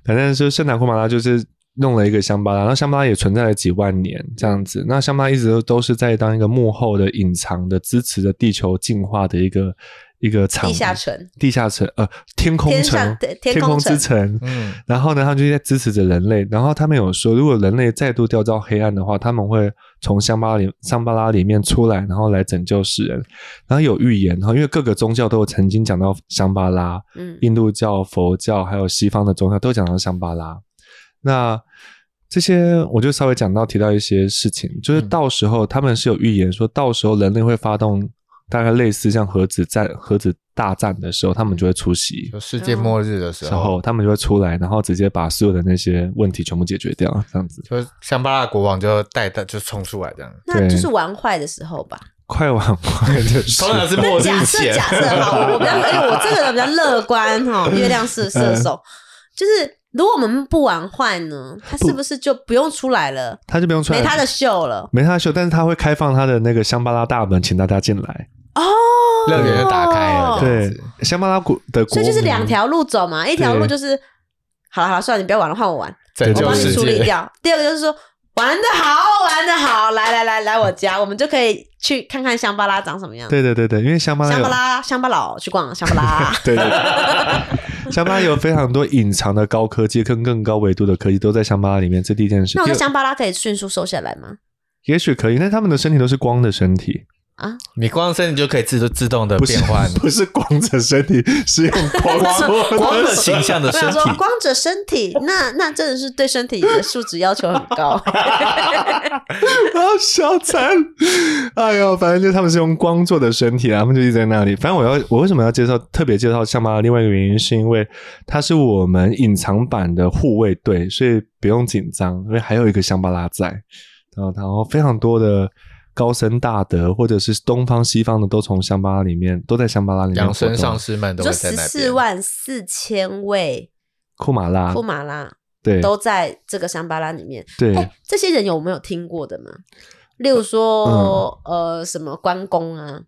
S4: 反正就是圣塔库马拉就是弄了一个香巴拉，然后香巴拉也存在了几万年这样子。那香巴拉一直都都是在当一个幕后的隐藏的支持着地球进化的一个一个场
S2: 地下城，
S4: 地下城呃天空
S2: 天上
S4: 城
S2: 对天
S4: 天
S2: 空
S4: 之城。
S5: 嗯，
S4: 然后呢，他们就在支持着人类。然后他们有说，如果人类再度掉到黑暗的话，他们会从香巴拉里香巴拉里面出来，然后来拯救世人。然后有预言，然后因为各个宗教都有曾经讲到香巴拉，
S2: 嗯，
S4: 印度教、佛教还有西方的宗教都讲到香巴拉。那这些我就稍微讲到提到一些事情，就是
S5: 嗯
S4: 到时候他们是有预言说，到时候人类会发动大概类似像核子战、核子大战的时候，他们就会出席
S5: 就。世界
S2: 嗯
S5: 末日的时
S4: 时
S5: 候，
S4: 候他们就会出来，然后直接把所有的那些问题全部解决掉，这样子
S5: 就香巴拉国王就带他就冲出来这样。
S2: 那
S4: 对
S2: 就是玩坏的时候吧。
S4: 快玩快 就是
S5: 当然是末
S2: 但
S5: 日
S2: 假设
S5: 前，
S2: 哎假设好，我比较因为我这个人比较乐观哈，月亮是射手，就是如果我们不玩坏呢，他是不是就不用出来了，
S4: 他就不用出来，
S2: 没他的秀了？
S4: 没他的秀，但是他会开放他的那个香巴拉大门，请大家进来。
S2: 哦，
S5: 乐园就打开了，这样
S4: 对
S5: 子，
S4: 香巴拉国的嗯国
S2: 所
S4: 民，
S2: 以就是两条路走嘛，一条路
S4: 对
S2: 就是好了好了，算了，你不要玩了，换我玩，
S5: 拯
S2: 我
S5: 救
S2: 帮你
S5: 世
S2: 处理
S5: 界。
S2: 掉。第二个就是说玩的好，玩的好，来来来来我家，我们就可以去看看香巴拉长什么样。
S4: 对对对对，因为香巴拉
S2: 香
S4: 有
S2: 巴拉，香巴佬去逛香巴拉，
S4: 对对对， 香巴拉有非常多隐藏的高科技跟更高维度的科技都在香巴拉里面。这第一件事
S2: 那我，
S4: 第
S2: 在
S4: 二
S2: 香巴拉可以迅速收下来吗？
S4: 也许可以，但他们的身体都是光的身体，
S5: 你光身体就可以自自动的
S4: 不是
S5: 变换
S4: 不是光着身体，是用 光 做
S5: 光的形象的
S2: 我
S5: 身
S2: 想
S5: 体
S2: 说，，光着身体，那那真的是对身体的素质要求很高。
S4: 啊，小残， 哎呦，反正就是他们是用光做的身体啊，他们就一直在那里。反正我要，我为什么要介绍特别介绍象巴拉？另外一个原因是因为它是我们隐藏版的护卫队，所以不用紧张，因为还有一个香巴拉在。然后，然后非常多的高僧大德，或者是东方西方的，都从香巴拉里面，都在香巴拉里面
S5: 养
S4: 活动。
S5: 生上师们
S2: 你
S5: 都
S2: 说
S5: 会在
S2: 十
S5: 那
S2: 四
S5: 边。
S2: 万四千位
S4: 库马拉
S2: 库，马拉
S4: 啊对
S2: 都在这个香巴拉里面。
S4: 对，
S2: 哎，这些人有没有听过的吗？例如说，呃，什么关公啊，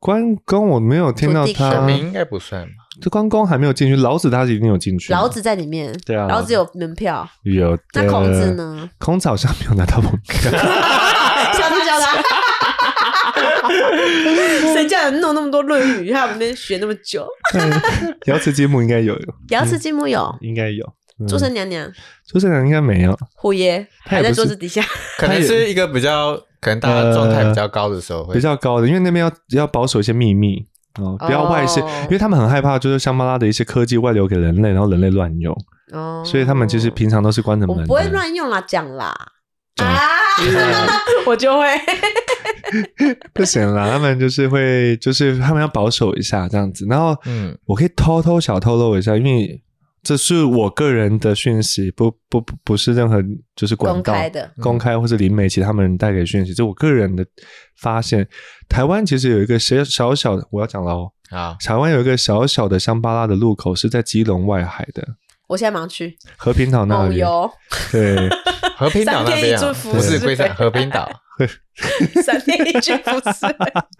S4: 关公我没有听到
S2: 土地公
S4: 他
S5: 选，民应该不算吧？
S4: 这关公还没有进去，老子他一定有进去，
S2: 老子在里面，
S4: 对啊
S2: 老子有门票。
S4: 有的，
S2: 那孔子呢？
S4: 孔子好像没有拿到 门票，
S2: 笑他笑他，谁叫人弄那么多《论语》，还有那边学那么久？
S4: 瑶池金母应该有，
S2: 瑶池金母有，
S4: 应该有。嗯
S2: 诸神娘娘、
S4: 诸神娘应该没有，
S2: 虎爷
S4: 他
S2: 还在
S4: 也不是
S2: 桌子底下。
S5: 可能是一个比较，可能大家状态比较高的时候会
S4: 比较高的，因为那边要要保守一些秘密哦，不要外泄，
S2: 哦
S4: 因为他们很害怕，就是香巴拉的一些科技外流给人类，然后人类乱用，
S2: 哦，
S4: 所以他们其实平常都是关着
S2: 我
S4: 门
S2: 们
S4: 的。
S2: 不会乱用啦，讲啦
S4: 讲
S2: 啊， 我就会。
S4: 不行啦，他们就是会，就是他们要保守一下这样子。然后，
S5: 嗯
S4: 我可以偷偷小透露一下，因为这是我个人的讯息，不不不不是任何就是管道
S2: 公开的、
S4: 公开或是林媒其他们带给讯息，这我个人的发现。台湾其实有一个小小小的，我要讲了哦，
S5: 啊，
S4: 台湾有一个小小的香巴拉的路口是在基隆外海的
S2: 我现在忙去哦
S4: 和平岛那
S2: 梦
S4: 里，
S2: 游，
S4: 对，
S5: 和平岛那边
S2: 三天一
S5: 啊
S2: 住服
S5: 不
S4: 侍
S5: 是龟山，和平岛
S2: 三天一去不 是。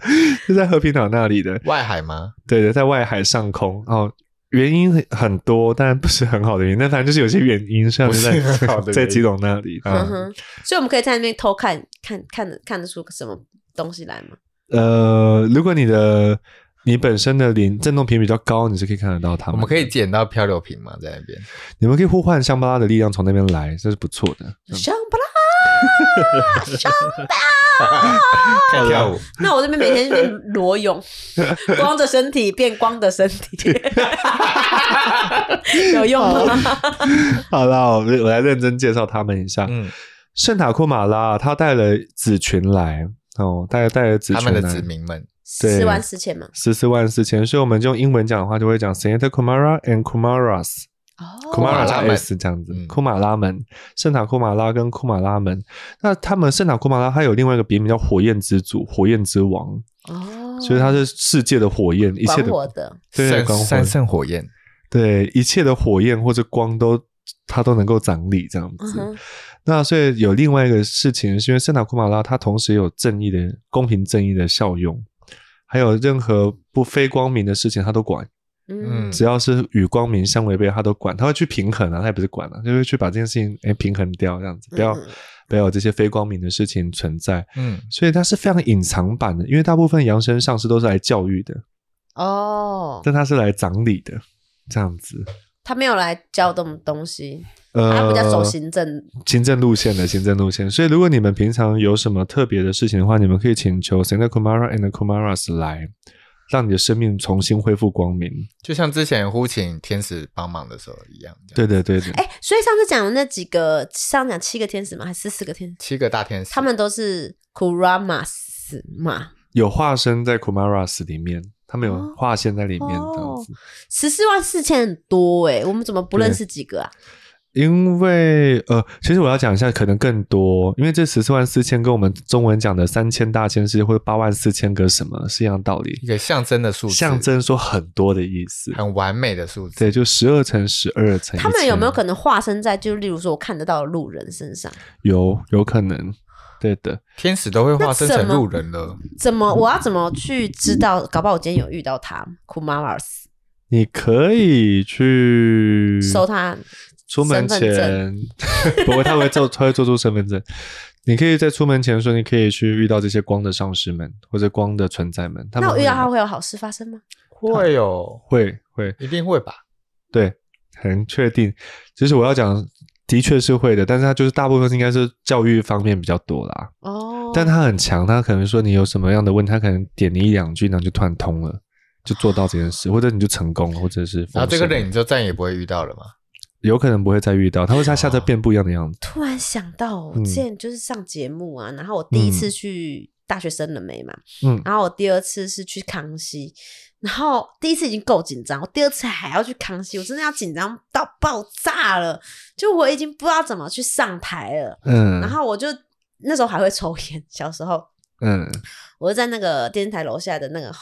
S4: 嗯是在和平岛那里的，
S5: 外海吗？
S4: 对对，在外海上空哦。原因很很多，但不是很好的原因，但反正就是有些原因，像
S5: 不
S4: 是
S5: 是
S4: 在
S5: 很好的 原因
S4: 在基隆那里，
S2: 嗯
S4: 嗯，
S2: 哼，所以我们可以在那边偷看看看得看得出什么东西来吗？
S4: 呃，如果你的你本身的零振动频比较高，你是可以看得到它
S5: 我
S4: 们。
S5: 们可以，捡到漂流瓶吗？在那边
S4: 你们可以互换香巴拉的力量从那边来，这是不错的。嗯
S2: 香巴拉。
S5: 看跳舞，
S2: 那我这边每天就是裸 泳，光着身体变光的身体，有用
S4: 哦
S2: 吗？
S4: 好啦，我我来认真介绍他们一下。
S5: 嗯，
S4: 圣塔库马拉他带了子群来哦，带带了子
S5: 他
S4: 群
S5: 们
S4: 来，
S5: 的子民们，
S4: 对
S2: 四万四千嘛。
S4: 十四万四千，所以我们就用英文讲的话就会讲 Santa Kumara and Kumaras。库马拉
S5: 哦
S4: 加
S5: 拉门
S4: S 这样子，
S5: 嗯
S4: 库马拉门、圣塔库马拉跟库马拉门，那他们圣塔库马拉它有另外一个别名叫火焰之主、火焰之王，
S2: 哦，
S4: 所以它是世界的火焰，一切
S2: 管
S4: 的
S2: 我的，
S4: 对
S5: 三
S4: 光
S5: 三
S4: 火
S5: 圣火焰，
S4: 对一切的火焰或者光都它都能够掌理这样
S2: 嗯
S4: 子。
S2: 哼，
S4: 那所以有另外一个事情，是因为圣塔库马拉它同时有正义的、公平正义的效用，还有任何不非光明的事情它都管，
S2: 嗯
S5: 嗯，
S4: 只要是与光明相违背，它都管，它会去平衡啊，它也不是管啊，就是去把这件事情哎平衡掉，这样子不要、
S2: 嗯
S4: 不要有这些非光明的事情存在。
S5: 嗯，
S4: 所以它是非常隐藏版的，因为大部分扬声上师都是来教育的，
S2: 哦，
S4: 但它是来掌理的，这样子。
S2: 他没有来教这种东西，
S4: 呃，
S2: 他比较走行政
S4: 行政路线的行政路线。所以，如果你们平常有什么特别的事情的话，你们可以请求 Santa Kumara and Kumaras 来，让你的生命重新恢复光明。
S5: 就像之前呼请天使帮忙的时候一样，这样
S4: 对对对对，
S2: 哎、所以上次讲的那几个，上次讲七个天使嘛，还是四个天使？
S5: 七个大天使，
S2: 他们都是 Kuramas 嘛，
S4: 有化身在 Kumaras 里面，他们有
S2: 哦
S4: 划线在里面，这样
S2: 哦
S4: 子。
S2: 十四万四千很多哎、我们怎么不认
S4: 对
S2: 识几个啊？
S4: 因为呃，其实我要讲一下，可能更多，因为这十四万四千跟我们中文讲的三千大千世界或者八万四千个什么是一样道理
S5: 一，个象征的数字，
S4: 象征说很多的意思。
S5: 很完美的数字
S4: 对，。就十二乘十二乘。
S2: 他们有没有可能化身在，就例如说我看得到的路人身上？
S4: 有有可能，对的，
S5: 天使都会化身成路人 了，
S2: 怎么我要怎么去知道？搞不好我今天有遇到他，Kumaras，
S4: 你可以去
S2: 收他
S4: 出门
S2: 身份
S4: 前， 不过他会做，他会做出身份证。你可以在出门前说，你可以去遇到这些光的上师们或者光的存在们。他们
S2: 那我遇到他
S4: 会
S2: 会有好事发生吗？
S5: 会有，
S4: 会会
S5: 一定会吧？
S4: 对，很确定。其实我要讲，的确是会的，但是他就是大部分应该是教育方面比较多啦。
S2: 哦，
S4: 但他很强，他可能说你有什么样的问题，他可能点你一两句，然后就突然通了，就做到这 件事，或者你就成功了，或者是
S5: 然后这个
S4: 丰
S5: 人
S4: 盛
S5: 你就再也不会遇到了嘛？
S4: 有可能不会再遇到，他会在
S2: 哦
S4: 下次变不一样的样子。
S2: 突然想到，我
S4: 嗯
S2: 之前就是上节目啊，然后我第一次去大学生了没嘛，
S4: 嗯，
S2: 然后我第二次是去康熙，然后第一次已经够紧张，我第二次还要去康熙，我真的要紧张到爆炸了，就我已经不知道怎么去上台了，
S4: 嗯，
S2: 然后我就那时候还会抽烟，小时候
S4: 嗯
S2: 我就在那个电视台楼下的那个。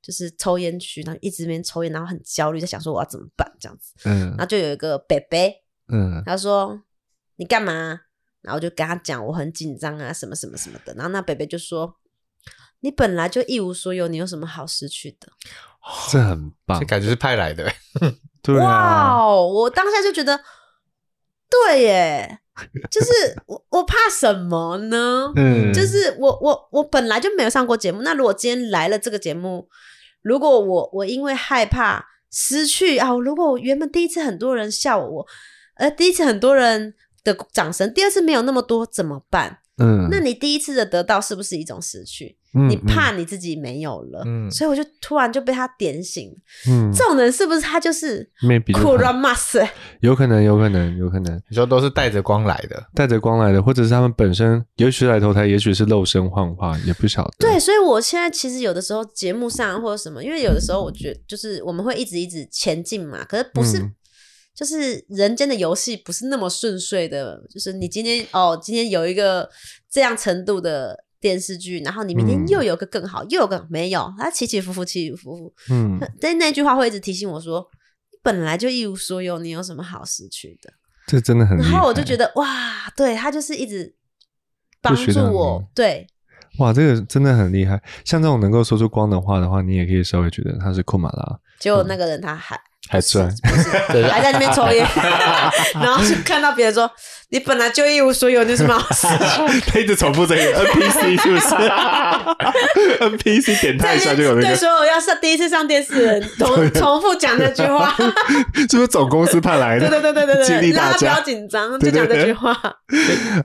S2: 就是抽烟区，然后一直边抽烟，然后很焦虑，在想说我要怎么办这样子。
S4: 嗯
S2: 然后就有一个北北，
S4: 嗯
S2: 他说：“你干嘛？”然后我就跟他讲我很紧张啊，什么什么什么的。然后那北北就说：“你本来就一无所有，你有什么好失去的
S4: 这很棒
S5: 这，感觉是派来的，
S4: 对？”啊，
S2: 哇哦！我当下就觉得，对耶，就是我我怕什么呢？
S4: 嗯，
S2: 就是我我我本来就没有上过节目，那如果今天来了这个节目，如果我我因为害怕失去啊，如果我原本第一次很多人笑我，呃，第一次很多人的掌声，第二次没有那么多怎么办？
S4: 嗯，
S2: 那你第一次的得到是不是一种失去？
S4: 嗯
S2: 你怕你自己没有了，
S5: 嗯
S2: 所以我就突然就被他点醒，
S4: 嗯
S2: 这种人是不是他就是
S4: ，maybe 就
S2: k u r
S4: 是
S2: a m a s
S4: 有可能，有可能，有可能
S5: 你说都是带着光来的，
S4: 带着光来的，或者是他们本身，也许来投胎，也许是肉身幻化，也不晓得。
S2: 对，，所以我现在其实有的时候节目上或者什么，因为有的时候我觉得就是我们会一直一直前进嘛，可是不是、
S4: 嗯
S2: 就是人间的游戏不是那么顺遂的，就是你今天哦，今天有一个这样程度的电视剧，然后你明天
S4: 嗯
S2: 又有个更好，又有个没有，它起起伏伏，起起伏伏。
S4: 嗯，
S2: 但那句话会一直提醒我说。你本来就一无所有，你有什么好失去的？
S4: 这真的很厉
S2: 然
S4: 害。
S2: 后我就觉得哇，对他就是一直帮
S4: 许
S2: 助
S4: 他
S2: 我
S4: 你，
S2: 对，
S4: 哇，这个真的很厉害。像这种能够说出光的话的话，你也可以稍微觉得他是库马 拉，
S2: 结果那个人他还
S4: 还
S2: 是
S4: 赚
S2: 不是还在那边抽烟，然后就看到别人说：“你本来就一无所有，你有什么好失去
S4: 他一直重复 这个 NPC 是不 是？NPC 点他一下就有那
S2: 对
S4: 个，
S2: 所有要上第一次上电视的 人重重复讲那句话，
S4: 是不是总公司派来
S2: 对
S4: 的？
S2: 对对对对
S4: 激
S2: 对，
S4: 励
S2: 让
S4: 大
S2: 他不
S4: 家
S2: 要。紧张，就
S4: 对对
S2: 讲这句
S4: 对
S2: 话。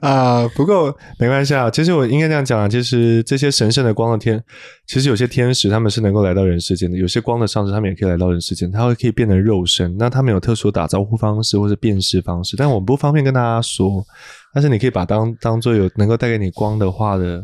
S4: 啊、不过没关系啊。其实我应该这样讲啊，其实这些神圣的光的天，其实有些天使他们是能够来到人世间的，有些光的上师他们也可以来到人世间，他会可以变成肉身。那他们有特殊打招呼方式或是辨识方式，但我们不方便跟大家说。但是你可以把当当做有能够带给你光的话的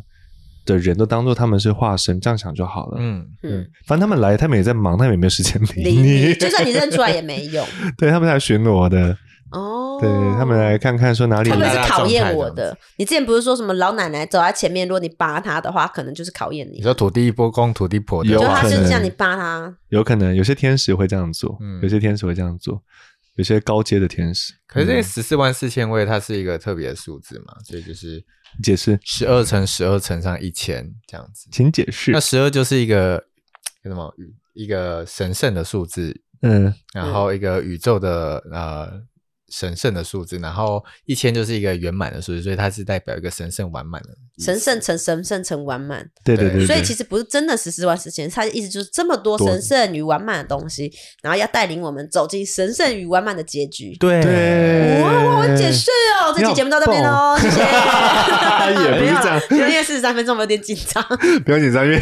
S4: 的人都当做他们是化身，这样想就好了。 嗯
S5: 嗯，
S2: 嗯，
S4: 反正他们来，他们也在忙，他们也没有时间理
S2: 理
S4: 你
S2: 你。就算你认出来也没用
S4: 对他们来巡逻的，
S2: 哦。
S4: 对他们来看看说哪里
S2: 他们是
S5: 来
S2: 讨厌我
S5: 状态这
S2: 的。你之前不是说什么老奶奶走在前面，如果你扒她的话，可能就是考验你
S5: 你。说土地公公、土地婆的
S4: 有啊
S2: 就
S5: 话，
S2: 她
S4: 可
S2: 就
S4: 能
S2: 这样，你扒她，
S4: 有可能有些天使会这样做，
S5: 嗯
S4: 有些天使会这样做，有些高阶的天使。
S5: 可是这
S4: 嗯
S5: 十四万四千位，它是一个特别的数字嘛，所以就是
S4: 解释，
S5: 十二乘十二乘上一千这样子。
S4: 请解释
S5: 那。十二就是一个叫什么宇一个神圣的数字，
S4: 嗯
S5: 然后一个宇宙的呃神圣的数字，然后一千就是一个圆满的数字，所以它是代表一个神圣完满的意思
S2: 神圣成神圣成完满。
S4: 对对
S5: 对
S4: 对，
S2: 所以
S4: 对
S2: 其实不是真的十四万四千，它的意思就是这么多
S4: 多
S2: 神圣与完满的东西，然后要带领我们走进神圣与完满的结局。
S5: 对
S4: 对，
S2: 哇，我很解释哦，这期节目到这边喽，谢谢。
S4: 也不是这样
S2: 没有啦因为四十三分钟我有点紧 张，
S4: 不要紧张，因为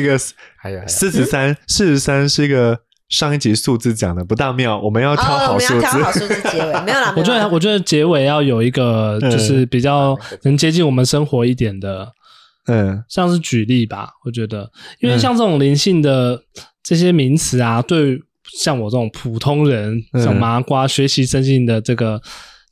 S4: 个
S5: 还有还有
S4: 四十三，四十三是一个上一集数字讲的不大妙，我们要挑
S2: 哦，我
S4: 好
S2: 们
S4: 数
S2: 要挑好
S4: 字。
S2: 数字结尾， 没有啦，
S3: 我觉
S2: 没有
S3: 得，
S2: 啦
S3: 我觉得结尾要有一个
S4: 嗯
S3: 就是比较能接近我们生活一点的，
S4: 嗯
S3: 像是举例吧。我觉得，因为像这种灵性的这些名词啊，对像我这种普通人，
S4: 嗯
S3: 像麻瓜，学习身心灵的这个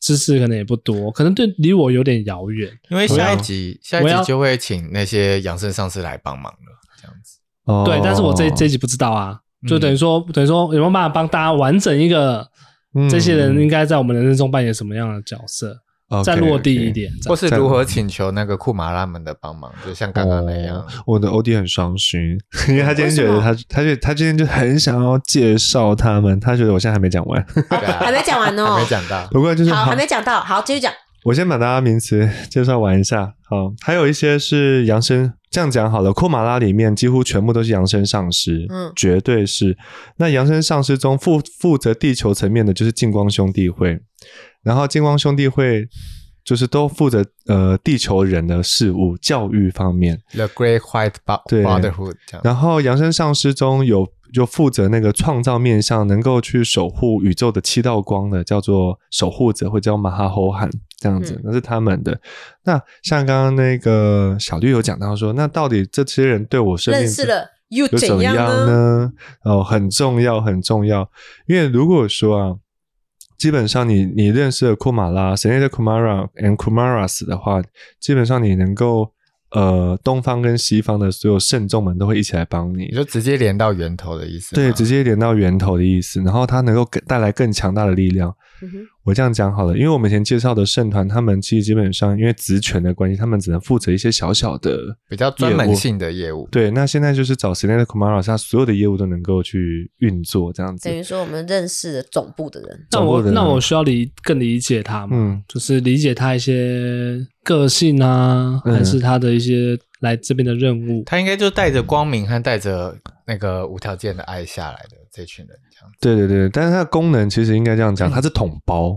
S3: 知识可能也不多，可能对离我有点遥远。
S5: 因为下一集下一
S3: 我要
S5: 集就会请那些养生上司来帮忙了，这样子。
S4: 哦
S3: 对，但是我这这一集不知道啊，就等于说、等于说有没有办法帮大家完整一个、
S4: 嗯
S3: 这些人应该在我们人生中扮演什么样的角色，再落地一。点。这
S5: 或
S3: 样
S5: 是如何请求那个库马拉们的帮忙，就像刚
S4: 哦
S5: 刚那样。
S4: 我的 OD 很伤心，因为他今天觉
S2: 为
S4: 得
S2: 什
S4: 他，他就他今天就很想要介绍他们，他觉得我现在还没讲完，
S5: 对啊
S2: 还没讲完哦
S5: 还没讲到。
S4: 不过就是
S2: 好，还没讲到，好，继续讲。
S4: 我先把大家名词介绍完一下。好，还有一些是扬声，这样讲好了。库马拉里面几乎全部都是扬声上师，
S2: 嗯
S4: 绝对是。那扬声上师中负负责地球层面的就是净光兄弟会，然后净光兄弟会就是都负责呃地球人的事物教育方面。
S5: The Great White Bo-
S4: 对
S5: Brotherhood 这样。
S4: 然后扬声上师中有就负责那个创造面向，能够去守护宇宙的七道光的，叫做守护者，或叫马哈侯罕这样子
S2: 嗯，
S4: 那是他们的。那像刚刚那个小绿有讲到说，那到底这些人对我生命
S2: 认识了又
S4: 有怎
S2: 怎样呢？
S4: 呢？哦，很重要，很重要。因为如果说啊，基本上你你认识了库马拉、神内的 Kumara and Kumaras 的话，基本上你能够呃，东方跟西方的所有圣众们都会一起来帮你
S5: 你。就直接连到源头的意思吗。
S4: 对，直接连到源头的意思，然后它能够更带来更强大的力量。
S2: 嗯哼
S4: 我这样讲好了，因为我们以前介绍的圣团，他们其实基本上因为职权的关系，他们只能负责一些小小的
S5: 比较专门
S4: 业务
S5: 性的业务。
S4: 对，那现在就是找 s e l e n a Kumara，他所有的业务都能够去运作这样子
S2: 等。于说我们认识了总部的人，
S3: 那
S4: 掌握
S3: 我
S4: 的人
S3: 那我需要理更理解他嘛，
S4: 嗯
S3: 就是理解他一些个性啊，
S4: 嗯
S3: 还是他的一些来这边的任务。
S5: 他应该就带着光明和带着那个无条件的爱下来的这群人，这样子。
S4: 对对对，但是它的功能其实应该这样
S2: 嗯
S4: 讲，它是统包。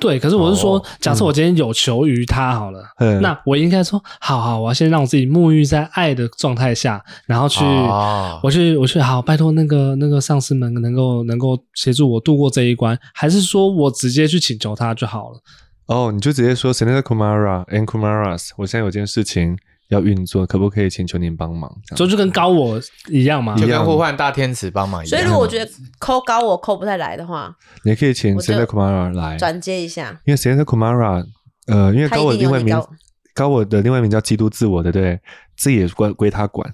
S3: 对，可是我是说，
S5: 哦
S3: 假设我今天有求于他好了，
S4: 嗯，
S3: 那我应该说，好好，我要先让我自己沐浴在爱的状态下，然后去，
S4: 啊
S5: 哦
S3: 我去，我去，好，拜托那个那个上司们能够能够协助我度过这一关，还是说我直接去请求他就好了？
S4: 哦，你就直接说 s e l e n a Kumara and Kumaras，我现在有件事情要运作，可不可以请求您帮忙？这样
S3: 就就跟高我一样嘛
S4: 嗯一
S5: 就
S4: 样。
S5: 跟呼唤大天使
S4: 哎
S5: 帮忙一
S2: 所
S5: 样。
S2: 以如果我觉得扣高我扣不太来的话，
S4: 你可以请
S2: 我
S4: s
S2: 就
S4: e l e n a Kumara 来，
S2: 转接一下。
S4: 因为 s e l e n a Kumara，呃，因为
S2: 他
S4: 高
S2: 一
S4: 我
S2: 定
S4: 另
S2: 有
S4: 外
S2: 你
S4: 名
S2: 高
S4: 高我的另外名叫基督自我的，对，这也归归他管。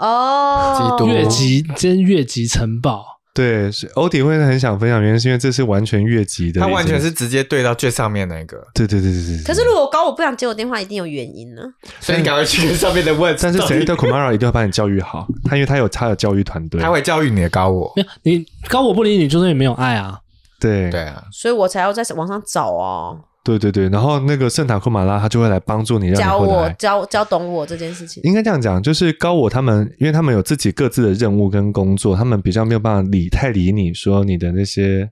S2: 哦，
S5: 基督
S3: 越级，今天越级城堡，
S4: 对，是欧迪会很想分享，原因是因为这是完全越级的一
S5: 他
S4: 件，
S5: 完全是直接对到最上面那个，
S4: 对对对对对。对
S2: 可是如果高我不想接我电话，一定有原因呢。
S5: 所以你赶快去跟上面的问。
S4: 但是
S5: 到底
S4: Senator Kumara 一定要把你教育好，他因为他有他的教育团队，
S5: 他会教育你的高我。
S3: 没有你高我不理你，就是因为没有爱啊。
S4: 对
S5: 对啊，
S2: 所以我才要在网上找哦，
S4: 对对对，然后那个圣塔库马拉他就会来帮助你，让
S2: 教
S4: 你回
S2: 我
S4: 来。
S2: 教教懂我这件事情。
S4: 应该这样讲，就是高我他们，因为他们有自己各自的任务跟工作，他们比较没有办法理太理你说你的那些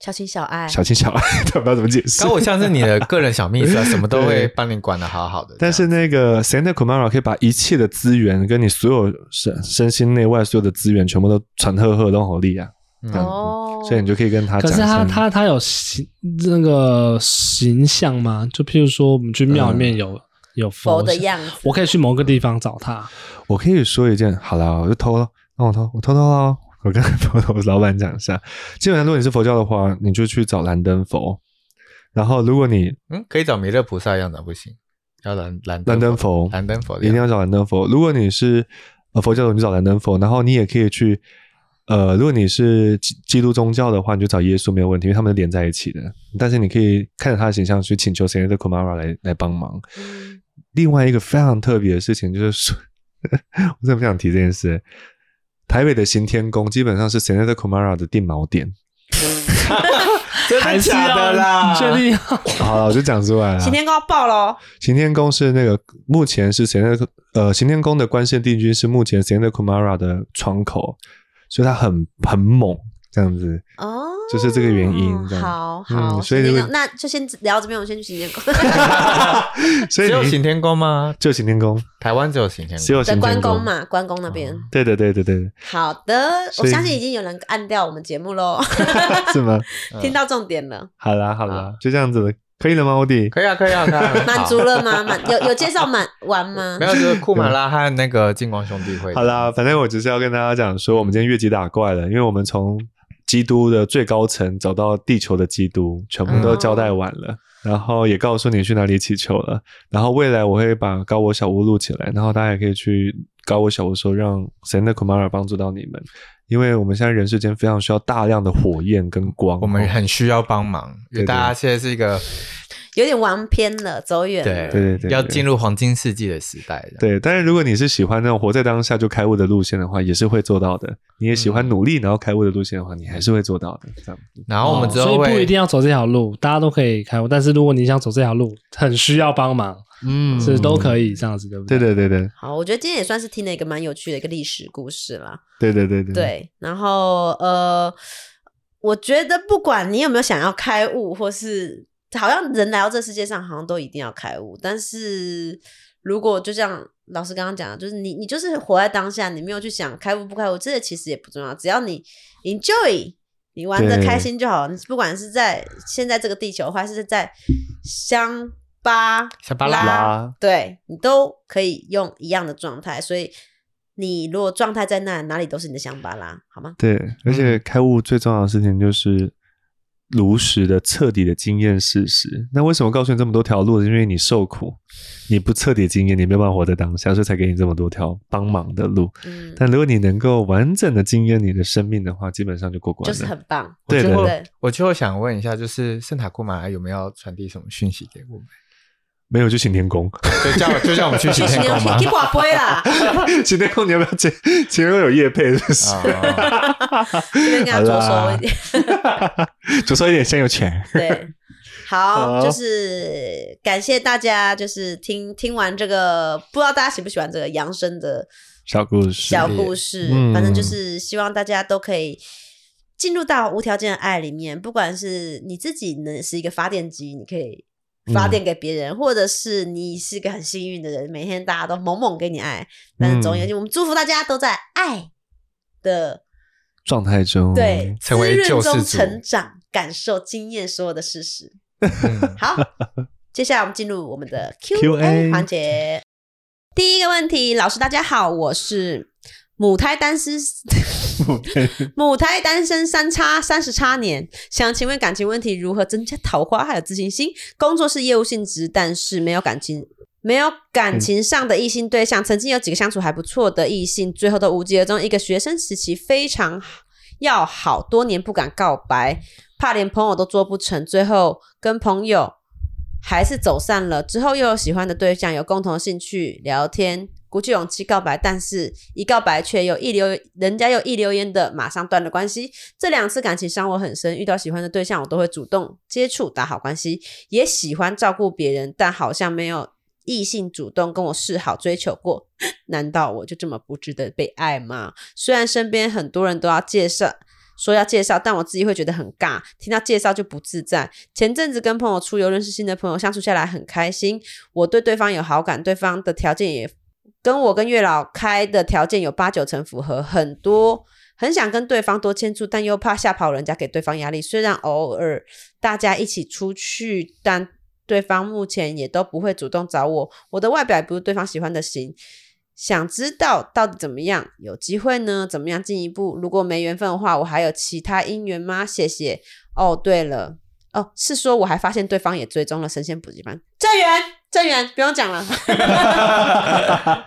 S2: 小情小爱，
S4: 小情小爱， 他不知道怎么解释
S5: 高。我像是你的个人小秘书啊，什么都
S4: 对
S5: 会帮你管的好好的。
S4: 但是
S5: 这样
S4: 那个 Santa Kumara 可以把一切的资源跟你所有身身心内外所有的资源全部都传赫赫都好力啊，
S5: 嗯
S4: 这样子
S2: 哦
S4: 所以你就可以跟他
S3: 可
S4: 讲一
S3: 是
S4: 声。
S3: 他他他有形那个形象吗？就譬如说，我们去庙里面有、有佛
S2: 佛的
S3: 像
S2: 样子，
S3: 我可以去某个地方找他。
S4: 我可以说一件，好啦，我就偷了，那我偷，我偷偷了哦。我跟我老板讲一下，基本上如果你是佛教的话，你就去找蓝灯佛。然后，如果你
S5: 嗯，可以找弥勒菩萨一样的不行，要蓝蓝
S4: 蓝灯佛
S5: 蓝灯佛的
S4: 呃一定
S5: 样
S4: 要
S5: 子
S4: 找蓝灯佛，如果你是呃佛教的，你就找蓝灯佛。然后你也可以去，呃，如果你是基基督宗教的话，你就找耶稣没有问题，因为他们是连在一起的。但是你可以看着他的形象去请求神的 Kumara 来来帮忙。
S2: 嗯
S4: 另外一个非常特别的事情就是说， 我真的不想提这件事。台北的行天宫基本上是 Senator Kumara 的定锚点。
S5: 真
S3: 还
S5: 的
S3: 是
S5: 假
S3: 要
S5: 的啦？
S3: 确定要
S4: 好了，我就讲出来了。
S2: 晴天高爆哦喽，
S4: 行天宫是那个目前是 Senator 呃行天宫的关圣帝君是目前 Senator Kumara 的窗口，所以他很很猛这样子。
S2: 哦，
S4: 就是这个原因这样
S2: 好
S4: 嗯
S2: 好，
S4: 所以
S2: 晴天
S4: 如
S2: 宫那就先聊到这边，我先去 晴天宫
S4: 所以
S5: 只有
S4: 你
S5: 行天宫吗？
S4: 就行天宫，
S5: 台湾只有行天
S4: 只
S5: 宫。
S4: 有
S2: 的
S4: 行
S2: 关
S4: 天
S2: 公
S4: 宫。
S2: 嘛，关公那边。
S4: 对对对对对，
S2: 好的，我
S4: 哦所以
S2: 相信已经有人按掉我们节目 喽，
S4: 是吗？
S2: 听到重点了，
S4: 好啦好啦，就这样子了，可以了吗，欧弟？
S5: 可以啊，可以啊，可以啊
S2: 满足。了吗？满有有介绍满完吗
S5: 好没？有，就是库马拉和那个净光兄弟会。
S4: 好啦，，反正我只是要跟大家讲说，我们今天越级打怪了，因为我们从基督的最高层走到地球的基督，全部都交代完
S5: 嗯
S4: 了，然后也告诉你去哪里祈求了。然后未来我会把高我小屋录起来，然后大家也可以去高我小屋说，让 Santa Kumara 帮助到你们，因为我们现在人世间非常需要大量的火焰跟光。
S5: 我们很需要帮忙，因
S4: 哦对
S5: 为
S4: 对
S5: 大家现在是一个
S2: 有点玩偏了，走远
S5: 对
S2: 了。
S4: 对对对
S5: 要进入黄金世纪的时代。这样，
S4: 对，但是如果你是喜欢那种活在当下就开悟的路线的话，也是会做到的。你也喜欢
S5: 嗯
S4: 努力然后开悟的路线的话，你还是会做到的。这样子，
S5: 然后我们之后
S3: 哦所以不
S5: 会
S3: 一定要走这条路，大家都可以开悟。但是如果你想走这条路，很需要帮忙，
S5: 嗯
S3: 是都可以这样子，对不
S4: 对
S3: 对？
S4: 对对对
S2: 好，我觉得今天也算是听了一个蛮有趣的一个历史故事啦。
S4: 对对对对
S2: 对，然后呃，我觉得不管你有没有想要开悟，或是好像人来到这世界上，好像都一定要开悟。但是如果就像老师刚刚讲的，就是你你就是活在当下，你没有去想开悟不开悟，这个其实也不重要，只要你 enjoy。你玩的
S4: 对
S2: 开心就好，你不管是在现在这个地球，还是在乡巴
S5: 小巴
S2: 拉
S5: 拉，
S4: 拉，
S2: 对你都可以用一样的状态，所以你如果状态在那，哪里都是你的香巴拉，好吗？
S4: 对，而
S2: 嗯
S4: 且开悟最重要的事情就是如实的、彻底的经验事实。那为什么告诉你这么多条路？因为你受苦，你不彻底经验，你没有办法活在当下，所以才给你这么多条帮忙的路。
S2: 嗯，
S4: 但如果你能够完整的经验你的生命的话，基本上就过关
S2: 就
S4: 了。
S2: 是很棒，
S4: 对
S5: 我
S4: 的
S5: 就
S2: 对
S5: 我就想问一下，就是圣塔库马拉有没有要传递什么讯息给我们？
S4: 没 有就行天 宫。
S5: 就叫就叫我们去洗
S2: 去
S5: 天
S2: 年
S5: 宫
S2: 去
S5: 吗？
S2: 去挂杯 啦，
S4: 晴天空，你要不要接？晴天空有夜配，是不是？
S5: 啊，
S2: 这边跟他多收一点，
S4: 就说一点先有钱。
S2: 对。好，
S4: 好
S2: 就是感谢大家，就是听听完这个，不知道大家喜不喜欢这个扬声的
S4: 小故事，
S2: 小故事，
S4: 嗯
S2: 反正就是希望大家都可以进入到无条件的爱里面，不管是你自己呢是一个发电机，你可以
S5: 嗯
S2: 发电给别人，或者是你是一个很幸运的人，每天大家都猛猛给你爱，但是总
S5: 嗯
S2: 有一天，我们祝福大家都在爱的
S4: 状态中，
S2: 对滋
S5: 嗯成为
S2: 润
S5: 救世
S2: 中
S5: 主
S2: 成长，感受经验所有的事实。
S5: 嗯
S2: 好，接下来我们进入我们 的 Q&A
S4: Q&A
S2: 环节。第一个问题，老师大家好，我是母胎单身， 母胎单身三叉三十叉年，想请问感情问题如何增加桃花还有自信心？工作是业务性质，但是没有感情。没有感情上的异性对象，曾经有几个相处还不错的异性，最后都无疾而终。一个学生时期非常要好，多年不敢告白，怕连朋友都做不成，最后跟朋友还是走散了。之后又有喜欢的对象，有共同兴趣，聊天，鼓起勇气告白，但是一告白却又一留人家又一留言的马上断了关系。这两次感情伤我很深，遇到喜欢的对象，我都会主动接触打好关系，也喜欢照顾别人，但好像没有。异性主动跟我示好追求过， 难道我就这么不值得被爱吗？虽然身边很多人都要介绍，说要介绍，但我自己会觉得很尬，听到介绍就不自在。前阵子跟朋友出游，认识新的朋友，相处下来很开心。我对对方有好感，对方的条件也跟我跟月老开的条件有八九成符合，很多很想跟对方多牵触，但又怕吓跑人家，给对方压力。虽然偶尔大家一起出去，但对方目前也都不会主动找我，我的外表也不是对方喜欢的型。想知道到底怎么样？有机会呢？怎么样进一步？如果没缘分的话，我还有其他姻缘吗？谢谢。哦，对了，哦，是说我还发现对方也追踪了神仙补习班。郑源，郑源，不用讲了，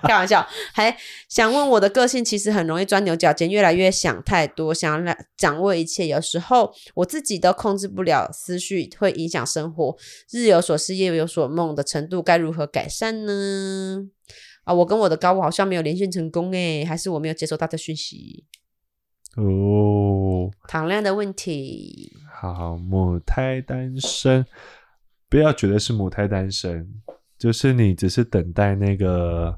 S2: 开玩笑。还想问我的个性其实很容易钻牛角尖，越来越想太多，想要来掌握一切。有时候我自己都控制不了思绪，会影响生活。日有所思，夜有所梦的程度该如何改善呢？啊，我跟我的高我好像没有连线成功诶，还是我没有接收到的讯息？
S4: 哦，
S2: 糖量的问题，
S4: 好，母胎单身，不要觉得是母胎单身，就是你只是等待那个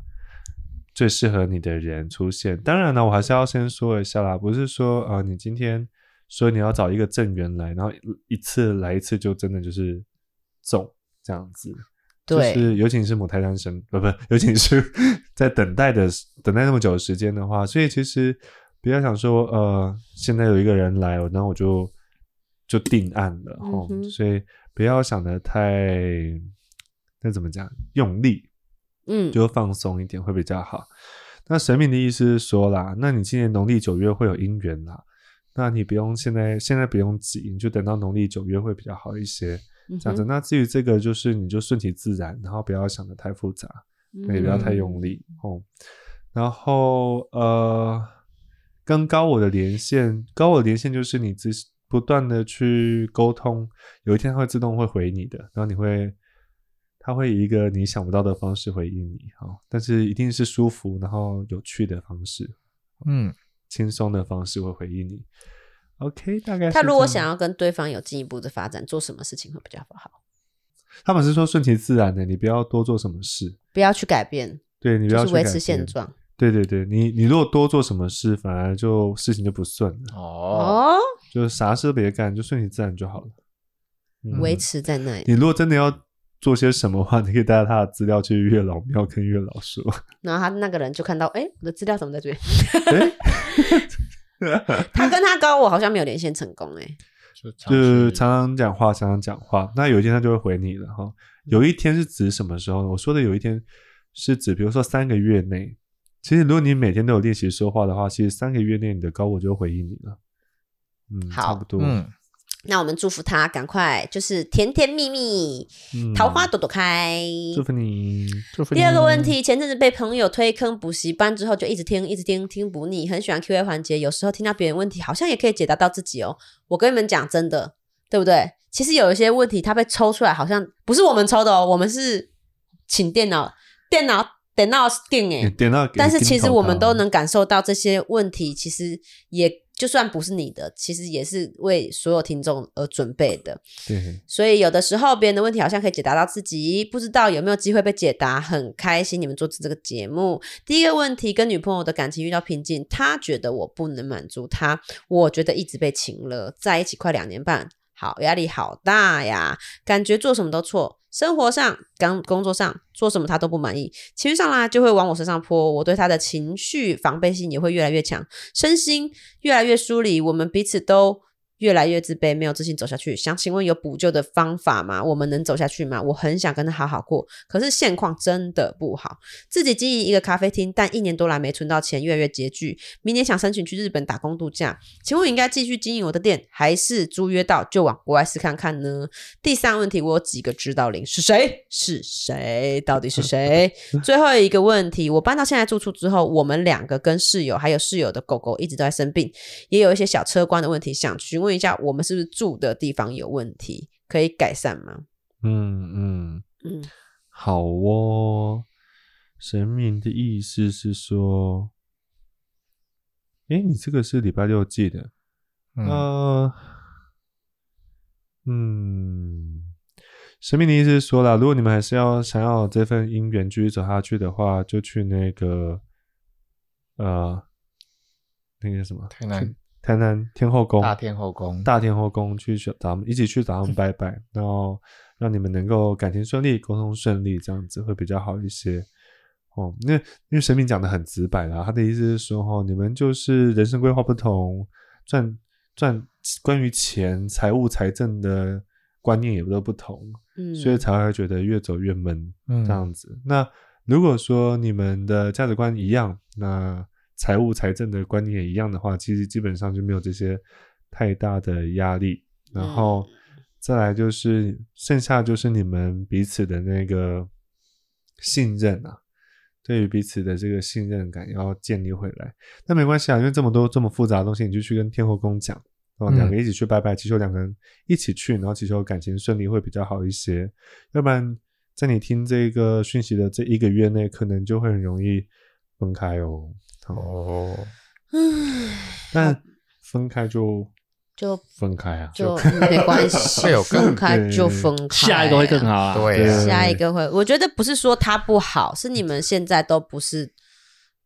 S4: 最适合你的人出现。当然了，我还是要先说一下啦，不是说啊、呃你今天说你要找一个正缘来，然后一次来一次就真的就是中这样子。
S2: 对
S4: 就是尤其是母胎单身，不不，尤其是 在等待的等待那么久的时间的话，所以其实不要想说，呃，现在有一个人来，然后我就就定案了，吼、
S2: 嗯哼
S4: 所以不要想的太，那怎么讲，用力，
S2: 嗯，
S4: 就放松一点会比较好。那神明的意思是说啦，那你今年农历九月会有姻缘啦，那你不用现在现在不用急，你就等到农历九月会比较好一些，
S2: 嗯
S4: 这样子。那至于这个，就是你就顺其自然，然后不要想的太复杂，
S2: 嗯
S4: 也不要太用力哦。然后呃，跟高我的连线，高我的连线就是你自不断的去沟通，有一天它会自动会回你的，然后你会，它会以一个你想不到的方式回应你哦，但是一定是舒服然后有趣的方式，
S5: 嗯，
S4: 轻松的方式会回应你。OK，大概
S2: 他
S4: 是
S2: 如果
S4: 这样
S2: 想要跟对方有进一步的发展，做什么事情会比较好？
S4: 他们是说顺其自然的，你不要多做什么事，
S2: 不要去改变，
S4: 对你不要
S2: 就
S4: 去
S2: 是维
S4: 改
S2: 持现
S4: 变。
S2: 状。
S4: 对对对，你你如果多做什么事，反而就事情就不顺了，
S5: 哦，
S2: 哦，
S4: 就啥事都别干，就顺其自然就好了。嗯
S2: 维持在那里，
S4: 你如果真的要做些什么的话，你可以带着他的资料去月老庙跟月老说。
S2: 然后他那个人就看到，哎，我的资料怎么在这边？
S4: 诶
S2: 他跟他高我好像没有连线成功，哎，
S5: 就尝
S4: 就
S5: 试
S4: 是常常讲话，常常讲话。那有一天他就会回你了哈。
S2: 嗯
S4: 有一天是指什么时候呢？我说的有一天是指，比如说三个月内。其实如果你每天都有练习说话的话，其实三个月内你的高我就会回应你了。嗯，
S2: 好
S4: 差不多。
S5: 嗯，
S2: 那我们祝福他赶快就是甜甜蜜蜜，
S4: 嗯
S2: 桃花朵朵开。
S4: 祝福你。
S5: 祝福
S2: 第二个
S5: 你
S2: 问，题，前阵子被朋友推坑补习班之后，就一直听，一直听，听不腻，很喜欢 Q&A 环节。有时候听到别人问题，好像也可以解答到自己哦。我跟你们讲，真的，对不对？其实有一些问题，它被抽出来，好像不是我们抽的哦，我们是请电脑，电脑电脑定
S4: 你
S2: 诶。
S4: 点到，
S2: 但是其实我们都能感受到这些问题，其实也就算不是你的，其实也是为所有听众而准备的。
S4: 对。
S2: 所以有的时候别人的问题好像可以解答到自己，不知道有没有机会被解答，很开心你们做这个节目。第一个问题，跟女朋友的感情遇到瓶颈，她觉得我不能满足她，我觉得一直被情了，在一起快两年半，好压力好大呀，感觉做什么都错，生活上、刚工作上做什么他都不满意，情绪上啦就会往我身上泼，我对他的情绪防备心也会越来越强，身心越来越疏离，我们彼此都越来越自卑，没有自信走下去。想请问有补救的方法吗？我们能走下去吗？我很想跟他好好过，可是现况真的不好。自己经营一个咖啡厅，但一年多来没存到钱，越来越拮据。明年想申请去日本打工度假，请问我应该继续经营我的店，还是租约到就往国外试看看呢？第三个问题，我有几个指导灵是谁？是谁？到底是谁？最后一个问题，我搬到现在住处之后，我们两个跟室友还有室友的狗狗一直都在生病，也有一些小车关的问题，想询问一下，我们是不是住的地方有问题，可以改善吗？
S4: 嗯嗯。
S2: 嗯，
S4: 好哦，神明的意思是说，诶，你这个是礼拜六寄的，
S5: 嗯
S4: 呃，嗯，神明的意思是说啦，如果你们还是要想要有这份姻缘继续走下去的话，就去那个，呃，那个叫什么，
S5: 台南
S4: 台南天后宫，
S5: 大天后宫
S4: 大天后宫去找他们，一起去找他们拜拜，然后让你们能够感情顺利、沟通顺利，这样子会比较好一些。哦，那因为神明讲的很直白啦，他的意思是说，哦，你们就是人生规划不同，赚赚关于钱、财务、财政的观念也都不同，
S2: 嗯
S4: 所以才会觉得越走越闷。
S5: 嗯
S4: 这样子。那如果说你们的价值观一样，那财务财政的观念也一样的话，其实基本上就没有这些太大的压力。然后再来就是剩下就是你们彼此的那个信任啊，对于彼此的这个信任感要建立回来。那没关系啊，因为这么多这么复杂的东西，你就去跟天后宫讲。然后两个一起去拜拜，祈求两个人一起去，然后祈求感情顺利会比较好一些。要不然在你听这个讯息的这一个月内，可能就会很容易分开哦。哦，
S5: 哦，
S2: 唉
S4: 但分开就
S2: 就
S4: 分开啊，
S2: 就没关系，
S5: 会有更
S2: 分开就分开、
S3: 下一个会更。好啊。
S5: 对
S4: 对
S5: 啊，
S2: 下一个会，我觉得不是说他不好，是你们现在都不是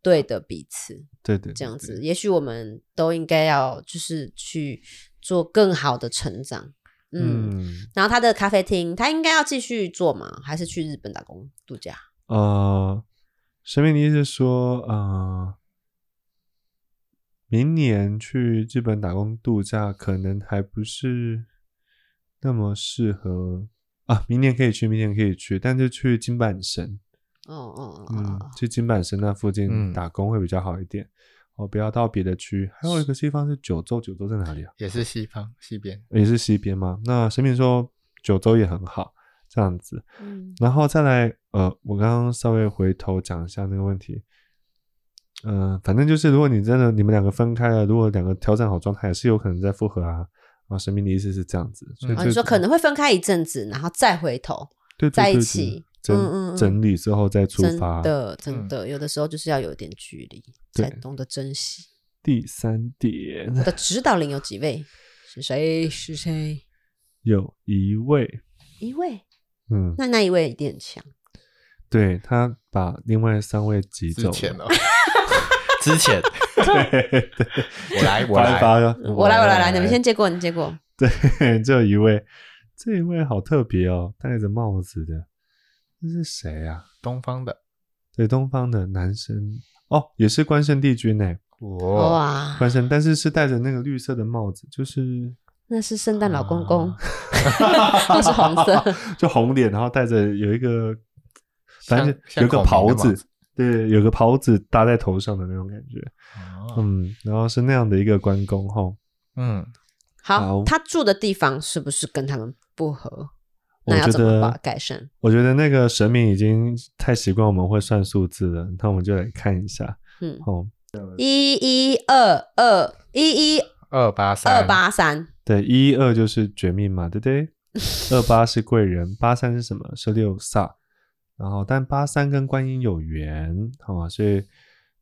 S2: 对的彼此
S4: 对对对
S2: 这样子。也许我们都应该要就是去做更好的成长。嗯，
S4: 嗯
S2: 然后他的咖啡厅，他应该要继续做吗？还是去日本打工度假？
S4: 呃，神明的意思是说，呃，明年去日本打工度假可能还不是那么适合啊。明年可以去，明年可以去，但是去金板神，
S2: 哦哦哦哦
S4: 嗯
S2: 哦，，
S4: 去金板神那附
S5: 嗯
S4: 近打工会比较好一点。哦，不要到别的区。还有一个地方是九州，九州在哪里啊？
S5: 也是西方西边，
S4: 也是西边吗？那神明说九州也很好，这样子。
S2: 嗯，
S4: 然后再来，呃，我刚刚稍微回头讲一下那个问题。嗯、反正就是，如果你真的你们两个分开了，如果两个调整好状态，也是有可能再复合啊。啊，神明的意思是这样子，所以
S5: 嗯
S4: 这、
S2: 哦，你说可能会分开一阵子，然后再回头，
S4: 对对对
S2: 在一
S4: 对
S2: 起
S4: 整
S2: 嗯嗯嗯
S4: 整理之后再出
S2: 真
S4: 发。
S2: 的真的，有的时候就是要有点距离，
S4: 对
S2: 才懂得珍惜。
S4: 第三点，
S2: 我的指导灵有几位？是谁？是谁？
S4: 有一位，
S2: 一位，
S4: 嗯，
S2: 那那一位一定很强。
S4: 对他把另外三位挤走
S5: 之
S4: 了，
S5: 前哦， 之前，
S4: 对，
S5: 我来我
S4: 发一哎
S5: 来，
S4: 发了，
S2: 我来，我来，来，你们先接过，你接过。
S4: 对， 只有一位，这一位好特别哦，戴着帽子的，这是谁啊？
S5: 东方的，
S4: 对，东方的男生哦，也是关圣帝君呢，哦
S5: 哇，
S2: 哇，
S4: 关圣，但是是戴着那个绿色的帽子，就是
S2: 那是圣诞老公公
S4: 啊，
S2: 那是黄色。
S4: 就红脸，然后戴着有一个，反正
S5: 像
S4: 有个
S5: 像孔
S4: 袍
S5: 明的帽
S4: 子
S5: 子，
S4: 对，有个袍子搭在头上的那种感觉，
S5: 哦
S4: 嗯，然后是那样的一个关公吼，
S5: 嗯，
S2: 好
S4: 好，
S2: 他住的地方是不是跟他们不合？
S4: 我
S2: 那要
S4: 觉
S2: 怎么把
S4: 得
S2: 它改善？
S4: 我觉得那个神明已经太习惯我们会算数字了，那我们就来看一下
S2: 嗯，
S4: 哦。
S2: 一一二二一一
S5: 二八三
S2: 二，八三，
S4: 对，一二就是绝命嘛，对不对？二八是贵人，八三是什么？是六煞。然后，但八三跟观音有缘，好、吗？所以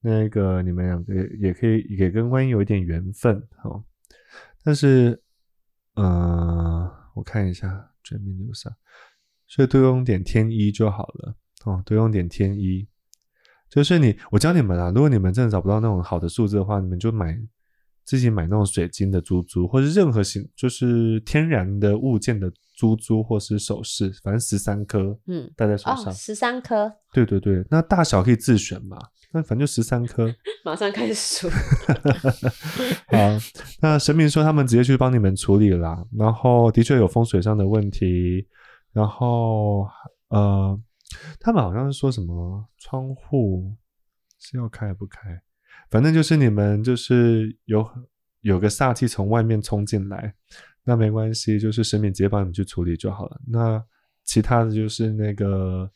S4: 那个你们两个也也可以也跟观音有一点缘分，好、但是，呃，我看一下绝命六煞，所以多用点天一就好了，哦，多用点天一。就是你，我教你们啊，如果你们真的找不到那种好的数字的话，你们就买自己买那种水晶的珠珠，或是任何形就是天然的物件的珠珠或是首饰，反正十三颗，
S2: 嗯，
S4: 戴在手上。
S2: 哦，十三颗，
S4: 对对对，那大小可以自选嘛，那反正就十三颗。
S2: 马上开始数。
S4: 好，那神明说他们直接去帮你们处理啦，然后的确有风水上的问题，然后呃，他们好像是说什么窗户是要开还不开，反正就是你们就是有有个煞气从外面冲进来，那没关系，就是神明直接帮你们去处理就好了。那其他的就是那个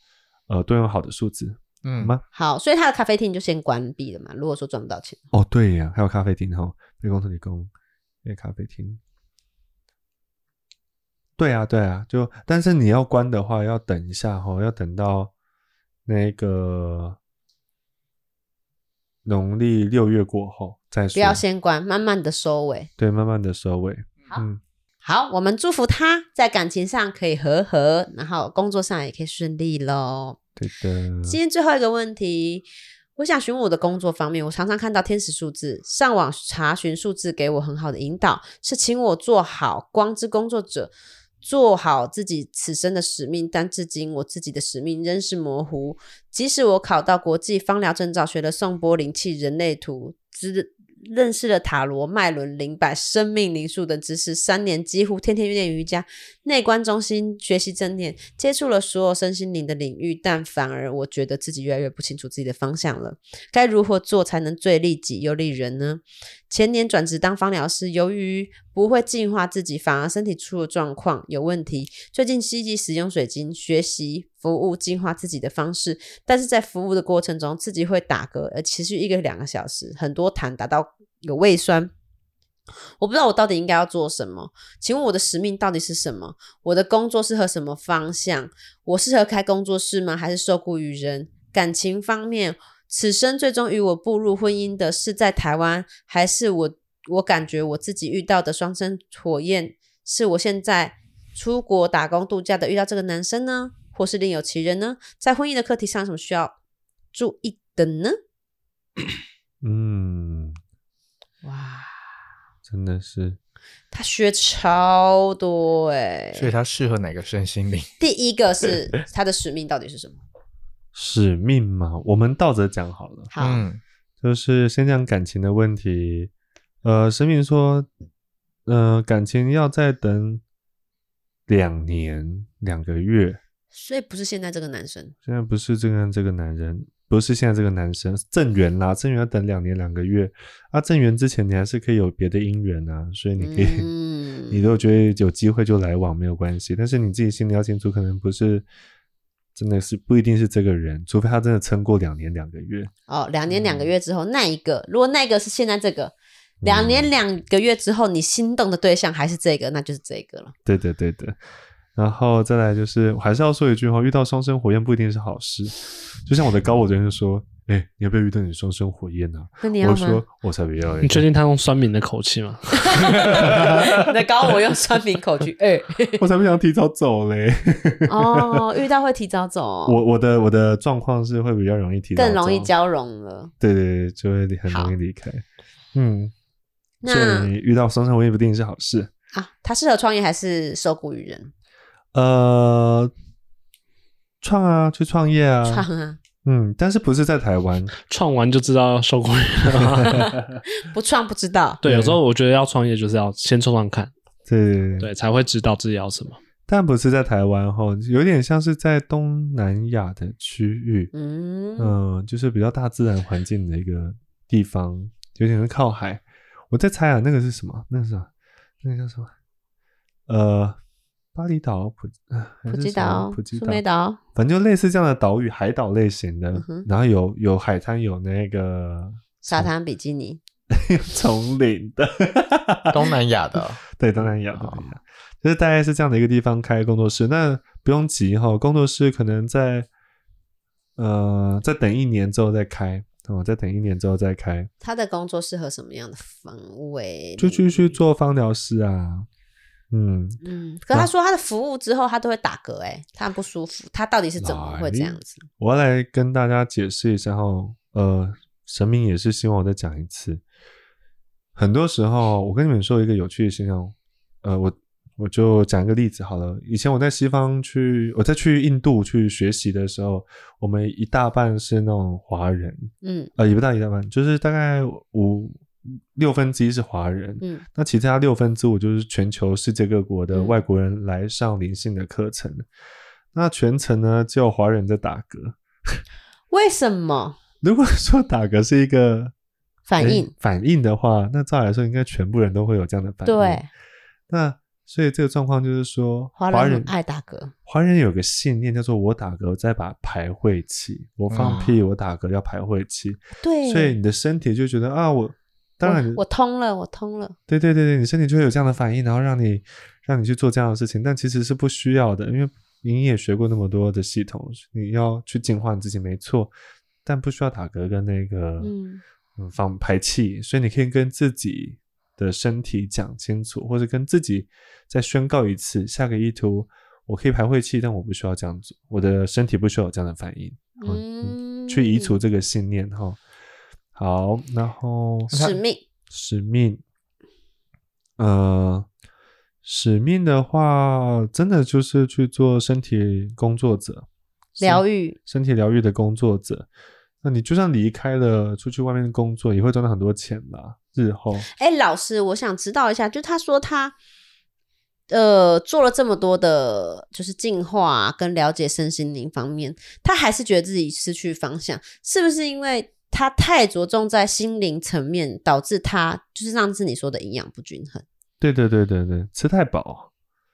S4: 呃，多用好的数字，
S5: 嗯
S4: 吗
S2: 好，所以他的咖啡厅就先关闭了嘛。如果说赚不到钱，
S4: 哦，对呀，还有咖啡厅哈，贝公特里宫，那咖啡厅。对啊，对啊，就但是你要关的话，要等一下哈，要等到那个农历六月过后再说。
S2: 不要先关，慢慢的收尾。
S4: 对，慢慢的收尾。
S2: 好
S4: 嗯，
S2: 好，我们祝福他在感情上可以和和，然后工作上也可以顺利喽。
S4: 对的。
S2: 今天最后一个问题，我想询问我的工作方面，我常常看到天使数字，上网查询数字给我很好的引导，是请我做好光之工作者，做好自己此生的使命。但至今我自己的使命仍是模糊，即使我考到国际芳疗证照，学了颂钵灵气、人类图，知认识了塔罗、脉轮、灵摆、生命灵数等知识，三年几乎天天练瑜伽，内观中心学习正念，接触了所有身心灵的领域，但反而我觉得自己越来越不清楚自己的方向了。该如何做才能最利己又利人呢？前年转职当芳疗师，由于不会净化自己，反而身体出了状况，有问题。最近积极使用水晶，学习服务净化自己的方式，但是在服务的过程中，自己会打嗝，而持续一个两个小时，很多痰达到有胃酸。我不知道我到底应该要做什么，请问我的使命到底是什么？我的工作适合什么方向？我适合开工作室吗？还是受雇于人？感情方面，此生最终与我步入婚姻的是在台湾，还是我？我感觉我自己遇到的双生火焰，是我现在出国打工度假的遇到这个男生呢，或是另有其人呢？在婚姻的课题上，有什么需要注意的呢？
S4: 嗯，
S2: 哇，
S4: 真的是
S2: 他学超多哎、
S5: 所以它适合哪个身心 灵？
S2: 第一个是他的使命到底是什么？
S4: 使命嘛，我们倒着讲好了。
S2: 好，
S5: 嗯
S4: 就是先讲感情的问题。呃，神明说，呃，感情要再等两年两个月。
S2: 所以不是现在这个男生，
S4: 现在不是这个这个男人，不是现在这个男生郑源啦，郑源要等两年两个月啊。郑源之前你还是可以有别的姻缘啊，所以你可以，
S2: 嗯
S4: 你都觉得有机会就来往没有关系。但是你自己心里要清楚，可能不是真的是不一定是这个人，除非他真的撑过两年两个月。
S2: 哦，两年
S4: 嗯
S2: 两个月之后那一个，如果那个是现在这个，两年
S4: 嗯
S2: 两个月之后你心动的对象还是这个，那就是这个了。
S4: 对的，对的。然后再来就是，我还是要说一句话：遇到双生火焰不一定是好事。就像我的高我昨天就说：“哎、你要不要遇到你双生火焰啊
S2: 那？”你要
S4: 我
S2: 吗
S4: 说：“？我才不要、欸！”
S3: 你确定他用酸民的口气吗？
S2: 你的高我用酸民口去， 哎、
S4: 我才不想提早走嘞。
S2: 哦，遇到会提早走哦，
S4: 我我的我的状况是会比较容易提早
S2: 更容易
S4: 走
S2: 交融了。
S4: 对对对，就会很
S2: 好
S4: 容易离开。嗯，所
S2: 那
S4: 以遇到双生火焰不一定是好事。
S2: 啊，他适合创业还是受雇于人？
S4: 呃，创啊，去创业啊，
S2: 创啊，
S4: 嗯，但是不是在台湾？
S3: 创完就知道要受雇于人。
S2: 不创不知道。
S3: 对，有时候我觉得要创业就是要先创创看，
S4: 对对对
S3: 对，才会知道自己要什么。
S4: 但不是在台湾吼，有点像是在东南亚的区域，
S2: 嗯，
S4: 嗯、就是比较大自然环境的一个地方，有点是靠海。我在猜啊，那个是什么？那个是什么？那个叫什么？呃，巴厘岛、普啊还
S2: 普
S4: 是
S2: 吉
S4: 什么
S2: 岛
S4: 普、吉
S2: 苏
S4: 岛、
S2: 梅岛，
S4: 反正就类似这样的岛屿，海岛类型的，
S2: 嗯哼
S4: 然后有有海滩，有那个
S2: 沙滩比基尼，
S4: 丛林的，
S5: 东南亚 的哦，
S4: 对，东南亚，东南亚，就是大概是这样的一个地方开工作室。那不用急哈，工作室可能在呃再等一年之后再开哦，再等一年之后再开，
S2: 他的工作适合什么样的方位？
S4: 就继续做芳疗师啊。嗯，
S2: 嗯，可他说他的服务之后，他都会打嗝、哎，他很不舒服，他到底是怎么会这样子？
S4: 我要来跟大家解释一下哈，呃，神明也是希望我再讲一次。很多时候，我跟你们说一个有趣的现象，呃，我我就讲一个例子好了。以前我在西方去，我在去印度去学习的时候，我们一大半是那种华人，
S2: 嗯
S4: 呃，也不大一大半，就是大概五六分之一是华人，
S2: 嗯
S4: 那其他六分之五就是全球世界各国的
S2: 嗯
S4: 外国人来上灵性的课程。那全程呢，只有华人在打嗝。
S2: 为什么
S4: 如果说打嗝是一个
S2: 反应
S4: 诶反应的话，那照理来说，应该全部人都会有这样的反应。
S2: 对。
S4: 那所以这个状况就是说，
S2: 华
S4: 华
S2: 人
S4: 人
S2: 很爱打嗝？
S4: 华人有个信念叫做“我打嗝再把排晦气”，我放屁，我打嗝要排晦气，
S2: 啊对，
S4: 所以你的身体就觉得啊，我当然
S2: 我我通了，我通了，
S4: 对对对对，你身体就会有这样的反应，然后让你让你去做这样的事情，但其实是不需要的，因为你也学过那么多的系统，你要去净化你自己没错，但不需要打嗝跟那个
S2: 嗯
S4: 嗯放排气，所以你可以跟自己的身体讲清楚，或者跟自己再宣告一次，下个意图我可以排晦气，但我不需要这样做，我的身体不需要有这样的反应，
S2: 嗯，
S4: 去移除这个信念哈。好，然后
S2: 使命。
S4: 使命，呃，使命的话，真的就是去做身体工作者，
S2: 疗愈，
S4: 身体疗愈的工作者。那你就算离开了，出去外面工作，也会赚到很多钱啦。日后，
S2: 哎，老师，我想知道一下，就他说他，呃，做了这么多的，就是进化啊、跟了解身心灵方面，他还是觉得自己失去方向，是不是因为他太着重在心灵层面，导致他就是上次你说的营养不均衡？
S4: 对对对对对，吃太饱，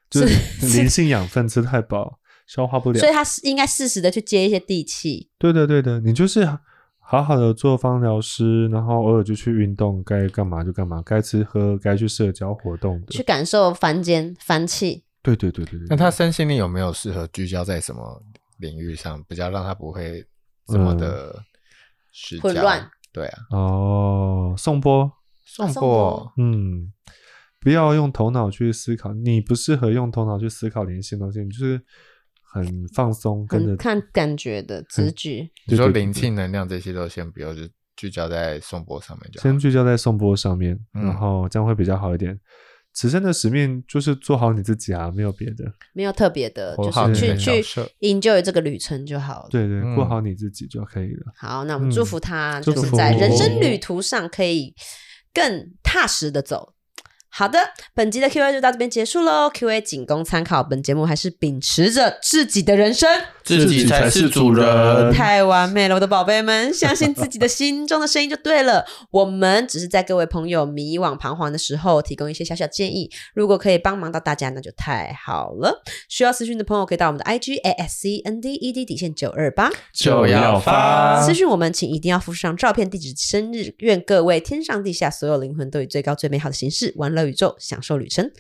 S4: 就是
S2: 是
S4: 灵性养分吃 太饱，消化不了
S2: 所以。他是应该适时的去接一些地气，
S4: 对的对的，你就是好好的做芳疗师，然后偶尔就去运动，该干嘛就干嘛，该吃喝，该去社交活动
S2: 去
S4: 的。
S2: 感受凡间凡气。
S4: 对对对对对。
S5: 那他身心灵有没有适合聚焦在什么领域上，比较让他不会这么的
S4: 嗯
S5: 失焦
S2: 混乱？
S5: 对啊，
S4: 哦，颂钵，
S5: 宋
S2: 宋
S5: 波
S2: 波
S4: 嗯，不要用头脑去思考，你不适合用头脑去思考联系的东西，你就是很放松，跟
S2: 很
S4: 着
S2: 嗯看感觉的直觉，
S5: 你
S4: 对
S5: 说
S4: 对对
S5: 灵气能量这些都先不要，就聚焦在颂钵上面就好
S4: 先。聚焦在颂钵上面，
S5: 嗯
S4: 然后这样会比较好一点。此生的使命就是做好你自己啊，没有别的。
S2: 没有特别的，
S5: 我
S2: 就
S5: 好
S2: 是
S5: 奇
S2: 去
S5: 的角
S2: 去
S5: 色
S2: enjoy 这个旅程就好了。
S4: 对对，
S5: 嗯
S4: 过好你自己就可以了。
S2: 好，那我们
S4: 嗯
S2: 祝福他，
S4: 祝
S2: 就是
S4: 福
S2: 在人生旅途上可以更踏实的走。好的，本集的 Q&A 就到这边结束喽。Q&A 仅供参考，本节目还是秉持着自己的人生
S6: 自己才是主
S4: 嗯
S6: 人。
S2: 太完美了，我的宝贝们，相信自己的心中的声音就对了。我们只是在各位朋友迷惘彷徨的时候，提供一些小小建议。如果可以帮忙到大家，那就太好了。需要私讯的朋友可以到我们的 IG A S C N D E D 底线九二八
S6: 就要发
S2: 私讯我们，请一定要附上照片、地址、生日。愿各位天上地下所有灵魂都以最高最美好的形式玩乐宇宙，享受旅程。